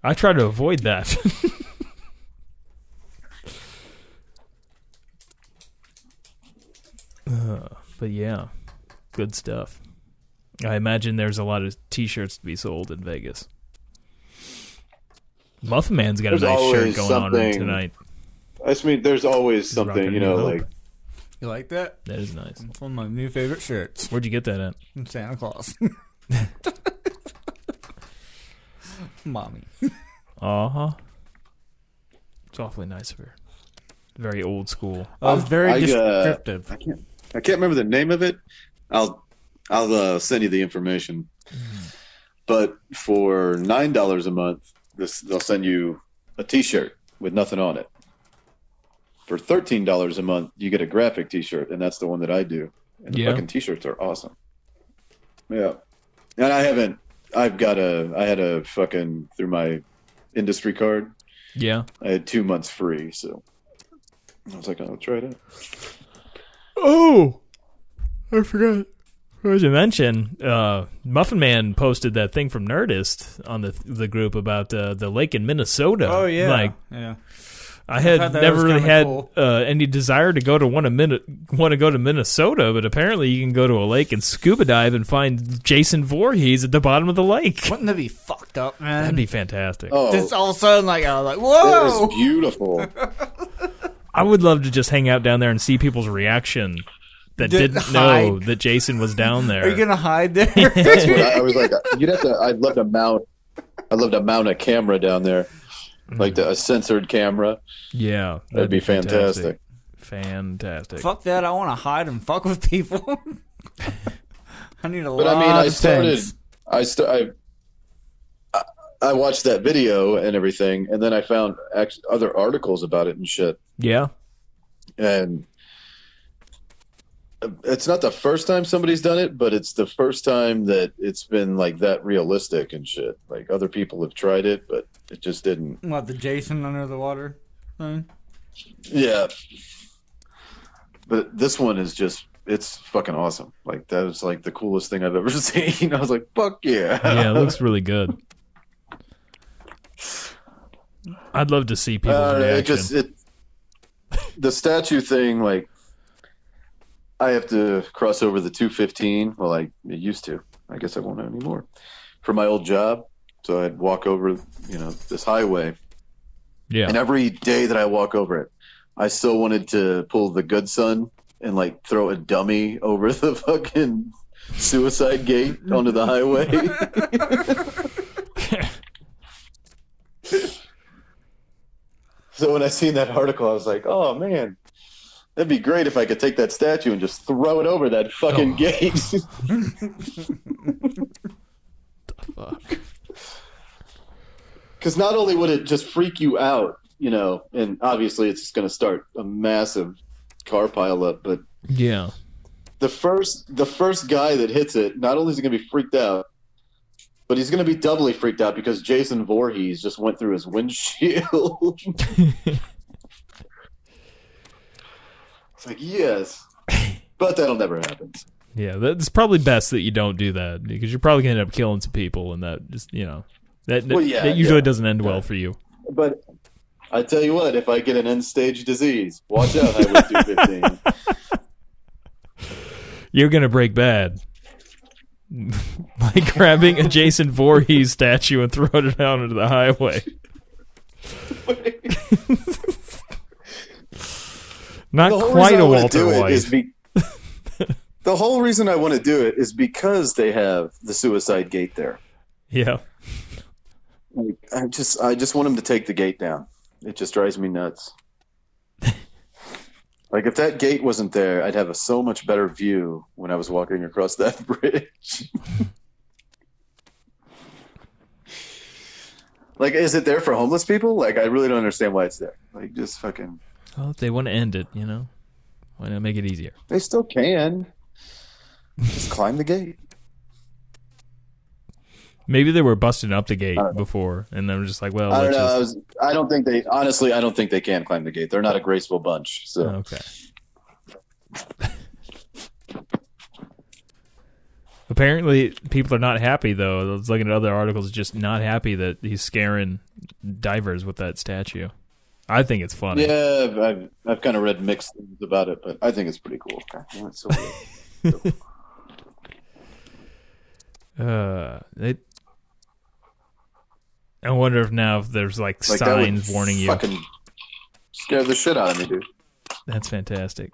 I try to avoid that. Uh, but yeah, good stuff. I imagine there's a lot of t-shirts to be sold in Vegas. Muffin Man's got
There's
a nice shirt
always
going on
something-
tonight.
I just mean, there's always
Rocking
something,
New
you know,
Hope.
like
you like that?
That is nice.
It's one of my new favorite shirts.
Where'd you get that at?
from Santa Claus. Mommy.
Uh huh. It's awfully nice of her. Very old school.
I was very
I, uh,
descriptive.
I can't, I can't remember the name of it. I'll, I'll uh, send you the information. But for nine dollars a month, this they'll send you a T-shirt with nothing on it. For thirteen dollars a month, you get a graphic T-shirt, and that's the one that I do. And the
Yeah.
fucking T-shirts are awesome. Yeah, and I haven't. I've got a. I had a fucking through my industry card.
Yeah.
I had two months free, so I was like, I'll try it out.
Oh, I forgot. As you mention, uh, Muffin Man posted that thing from Nerdist on the the group about uh, the lake in Minnesota.
oh yeah,
like
yeah.
I had
thought that
never
was
really
kinda
had
cool.
uh, any desire to go to one a minute want to go to Minnesota, but apparently you can go to a lake and scuba dive and find Jason Voorhees at the bottom of the lake.
Wouldn't that be fucked up, man?
That'd be fantastic.
Oh,
Just all of a sudden, like I was like,
It
whoa.
is beautiful.
I would love to just hang out down there and see people's reaction that
Did-
didn't know
hide.
that Jason was down there.
Are you gonna hide there?
I, I was like, you'd have to. I'd love to mount. I'd love to mount a camera down there, like the, a censored camera.
yeah, that'd,
That'd be fantastic.
Fantastic.
fuck that! I want to hide and fuck with people. I need a
But
lot
I mean, I
of
started.
things.
I st- I, I- I watched that video and everything, and then I found act- other articles about it and shit.
Yeah.
And it's not the first time somebody's done it, but it's the first time that it's been like that realistic and shit. Like other people have tried it, but it just didn't.
What the Jason under the water thing?
Yeah. But this one is just it's fucking awesome. Like that is like the coolest thing I've ever seen. I was like, fuck yeah. Uh,
Yeah, it looks really good. I'd love to see people's
Uh,
reaction.
it just it the statue thing like i have to cross over the 215 well i, I used to i guess i won't have anymore for my old job so i'd walk over you know this highway
yeah.
and every day that i walk over it i still wanted to pull the good son and like throw a dummy over the fucking suicide gate onto the highway So when I seen that article, I was like, "Oh man, that'd be great if I could take that statue and just throw it over that fucking
Oh.
gate."
Fuck.
Because not only would it just freak you out, you know, and obviously it's just going to start a massive car pileup, but
Yeah.
the first the first guy that hits it, not only is he going to be freaked out, but he's going to be doubly freaked out because Jason Voorhees just went through his windshield. it's like yes, but that'll never happen.
Yeah, that's probably best that you don't do that because you're probably gonna end up killing some people, and that just you know that
Well, yeah,
that usually
yeah.
doesn't end well for you.
But I tell you what, if I get an end stage disease, watch out, Highway 215.
You're gonna break bad by grabbing a Jason Voorhees statue and throwing it out into the highway. Not
The whole
quite
reason I
a
wanna
Walter
do it
White.
is be- the whole reason I want to do it is because they have the suicide gate there.
yeah,
Like, I just, I just want them to take the gate down. It just drives me nuts. like if that gate wasn't there, I'd have a so much better view when I was walking across that bridge. like, is it there for homeless people? Like, I really don't understand why it's there. Like, just fucking.
well, if they want to end it, you know, why not make it easier?
They still can. Just climb the gate.
Maybe they were busting up the gate
I don't
before, and they were just like, well,
I don't
let's
know. I,
just
was, I don't think they. Honestly, I don't think they can climb the gate. They're not a graceful bunch. So
Okay. Apparently, people are not happy though. I was looking at other articles, just not happy that he's scaring divers with that statue. I think it's funny.
yeah, I've, I've, I've kind of read mixed things about it, but I think it's pretty cool. God, damn, it's so weird.
Uh, they, I wonder if now if there's like,
Like, that would
signs warning you.
Fucking scare the shit out of me, dude.
That's fantastic.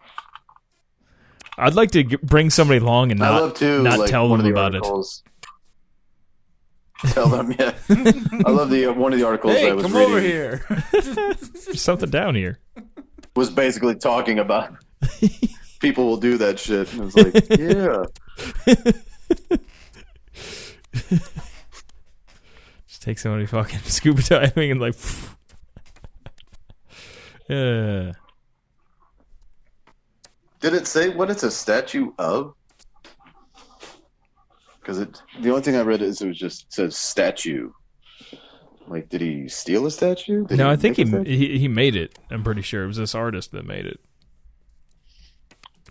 I'd like to g- bring somebody along and
I
not
love too.
not
like,
tell
one of
them
the
about it.
articles. Tell them, yeah. I love the uh, one of the articles
Hey,
I was
come
reading
over here.
There's something down here.
was basically talking about people will do that shit. And it's like, yeah.
Just take somebody fucking scuba diving and like. yeah.
Did it say what it's a statue of? Because it the only thing I read is it was just says statue. Like, did he steal a statue? Did
No, I think he,
make a statue?
he he made it. I'm pretty sure it was this artist that made it.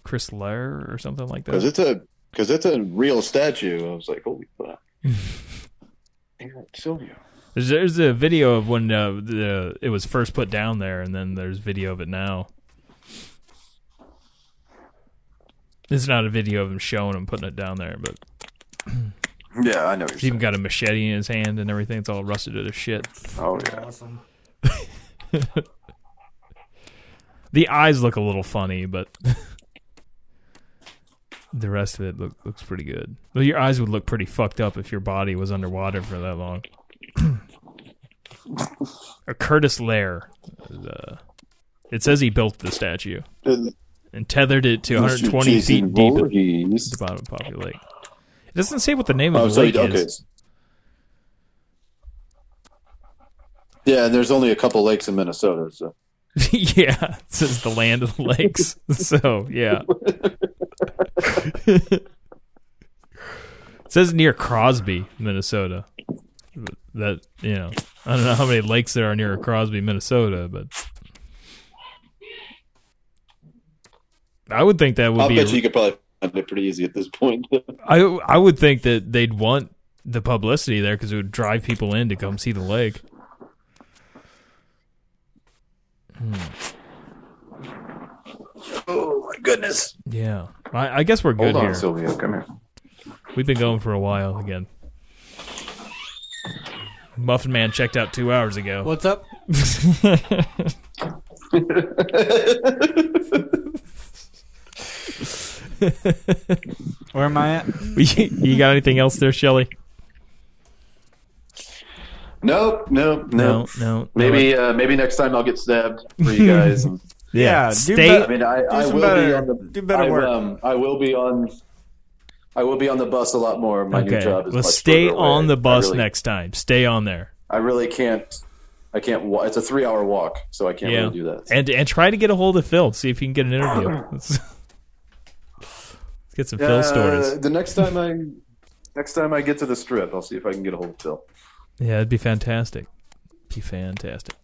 Chris Lair or something like that.
Because it's a because it's a real statue. I was like, holy fuck. Damn, Silvio.
There's, there's a video of when uh, the it was first put down there, and then there's video of it now. It's not a video of him showing him putting it down there, but
Yeah, I know. what
he's
You're
even got a machete in his hand and everything. It's all rusted to shit.
saying. oh yeah.
awesome.
The eyes look a little funny, but the rest of it look, looks pretty good. Well, your eyes would look pretty fucked up if your body was underwater for that long. A Curtis Lair. Uh, it says he built the statue
And
and tethered it to
Mr.
120
Jason
feet deep at
Voorhees.
the bottom of Poppy Lake. It doesn't say what the name
Oh,
of the
so
lake
okay.
is.
Yeah, and there's only a couple lakes in Minnesota, so
yeah, it says the land of the lakes. so yeah, it says near Crosby, Minnesota. That you know, I don't know how many lakes there are near Crosby, Minnesota, but I would think that would
I'll
be.
bet you you could probably find it pretty easy at this point.
I I would think that they'd want the publicity there because it would drive people in to come see the lake.
oh my goodness!
Yeah, I, I guess we're good
Hold on,
here.
Sylvia, come here.
We've been going for a while again. Muffin Man checked out two hours ago.
What's up? Where am I at?
you got anything else there, Shelly?
Nope, nope, nope.
No, no. no.
Maybe uh, maybe next time I'll get stabbed for you guys. And-
Yeah, do
Stay.
I mean, uh, I, I
some
will be
better-
on the
do better
I,
work.
Um, I will be on. I will be on the bus a lot more. My new
okay,
job is
let's
much
stay
further away.
on the bus
I really,
next time. Stay on there.
I really can't. I can't. Wa- it's a three-hour walk, so I can't
yeah,
really do that.
and and try to get a hold of Phil. See if you can get an interview. Let's let's get some Phil
Uh,
stories.
The next time I, next time I get to the strip, I'll see if I can get a hold of Phil.
Yeah, it'd be fantastic. Be fantastic.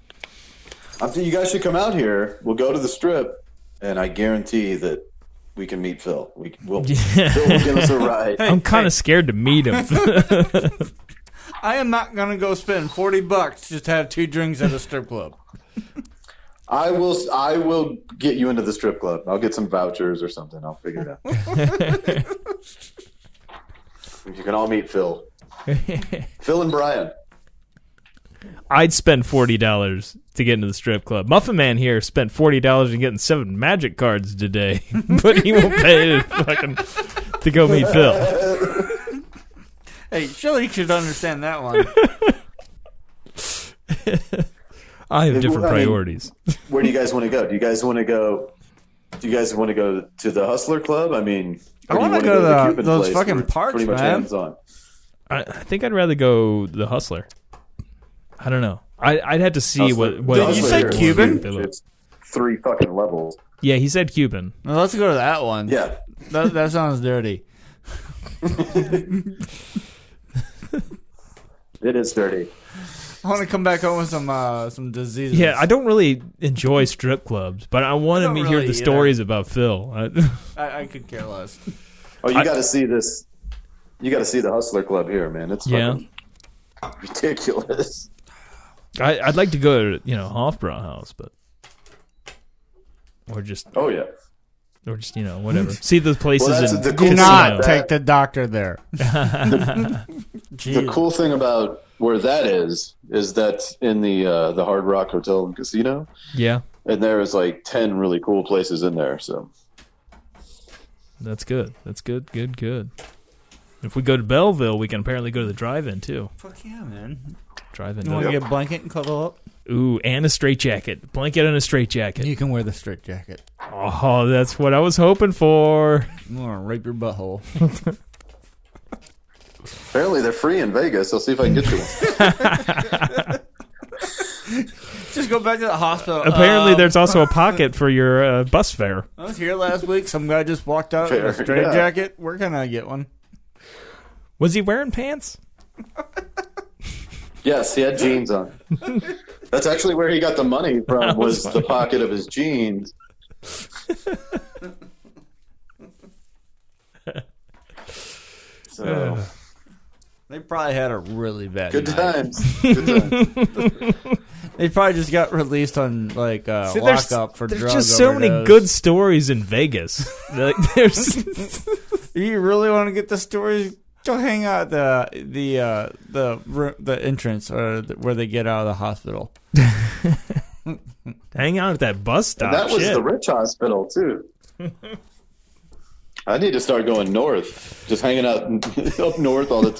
I'm you guys should come out here. We'll go to the strip, and I guarantee that we can meet Phil. We will. Phil will give us a ride.
I'm kind of scared to meet him.
I am not gonna go spend forty bucks just to have two drinks at a strip club.
I will. I will get you into the strip club. I'll get some vouchers or something. I'll figure it out. you can all meet Phil, Phil and Brian.
I'd spend forty dollars to get into the strip club. Muffin Man here spent forty dollars and getting seven magic cards today, but he won't pay to fucking to go meet Phil.
Hey, Shelly should understand that one.
I have
I
different
mean-
priorities.
Where do you guys want to go? Do you guys want to go? Do you guys want to go to the Hustler Club? I mean,
I
or do you
wanna
wanna
go to the-
Cuban
those
place
fucking
where it's
parks,
pretty much
man.
hands-on?
I, I think I'd rather go the Hustler. I don't know. I, I'd have to see what. what
Did
Hustler
you say
here is
Cuban?
huge. It's three fucking levels.
Yeah, he said Cuban.
Now, let's go to that one.
Yeah.
that, that sounds dirty.
It is dirty.
I want to come back home with some uh, some diseases.
Yeah, I don't really enjoy strip clubs, but I wanted
don't
to hear
really
the
either.
stories about Phil. I,
I, I could care less.
Oh, you
I-
got to see this. You got to see the Hustler Club here, man. It's
Yeah.
fucking ridiculous.
I, I'd like to go to you know Hofbrauhaus, but or just
Oh yeah.
or just you know whatever. See the places
Well, that's
in
the
Do
Cool
not
to know.
take the doctor there.
The cool thing about where that is is that in the uh, the Hard Rock Hotel and Casino,
Yeah,
and there is like ten really cool places in there. So
that's good. That's good. Good. Good. If we go to Belleville, we can apparently go to the drive-in too.
Fuck yeah, man.
Drive-in.
You want to get a blanket and cuddle up?
Ooh, and a straight jacket, blanket, and a straight jacket.
You can wear the strip jacket.
Oh, that's what I was hoping for.
I'm gonna rape your butthole.
apparently they're free in Vegas. I'll see if I can get you one.
Just go back to the hospital.
Apparently,
Um,
there's also a pocket for your uh, bus fare.
I was here last week. Some guy just walked out in a
Fair,
straight
yeah.
jacket. Where can I get one?
Was he wearing pants?
Yes, he had jeans on. That's actually where he got the money from was, the pocket of his jeans. so
They probably had a really bad.
good
night.
times. Good times.
They probably just got released on like uh,
See, there's
lockup for
there's
drug
just so many
overdose.
good stories in Vegas. like, there's
If you really want to get the stories, go hang out at the the uh, the ro- the entrance or the, where they get out of the hospital.
hang out at that bus stop.
that was
Shit.
the rich hospital too. I need to start going north, just hanging out up north all the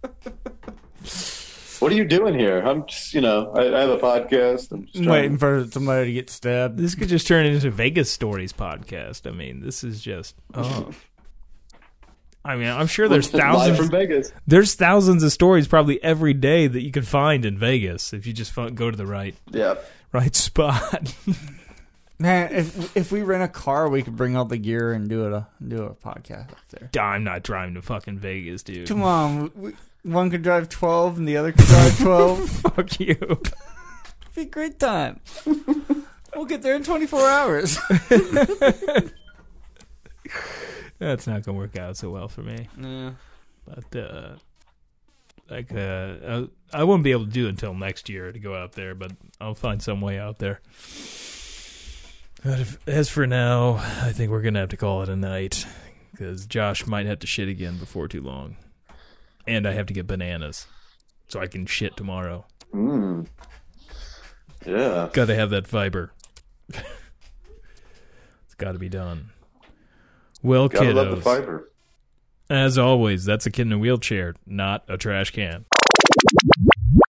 time. what are you doing here? I'm just, you know, I, I have a podcast. I'm just
I'm
trying
waiting for somebody to get stabbed.
this could just turn into Vegas stories podcast. I mean, this is just. Oh. I mean, I'm sure there's
live from
thousands.
Vegas.
There's thousands of stories probably every day that you could find in Vegas if you just fu- go to the right
Yeah.
right spot.
Man, if if we rent a car, we could bring all the gear and do it a do a podcast up there.
I'm not driving to fucking Vegas, dude.
Come on, we, one could drive twelve and the other could drive twelve.
Fuck you.
It'd be a great time. We'll get there in 24 hours.
That's not gonna work out so well for me.
yeah.
But uh, like uh, I, I wouldn't be able to do until next year to go out there, but I'll find some way out there. But if, as for now, I think we're gonna have to call it a night because Josh might have to shit again before too long, and I have to get bananas so I can shit tomorrow.
Mm. Yeah.
Got to have that fiber. it's got to be done. Well,
Gotta
kiddos.
love the fiber.
As always, that's a kid in a wheelchair, not a trash can.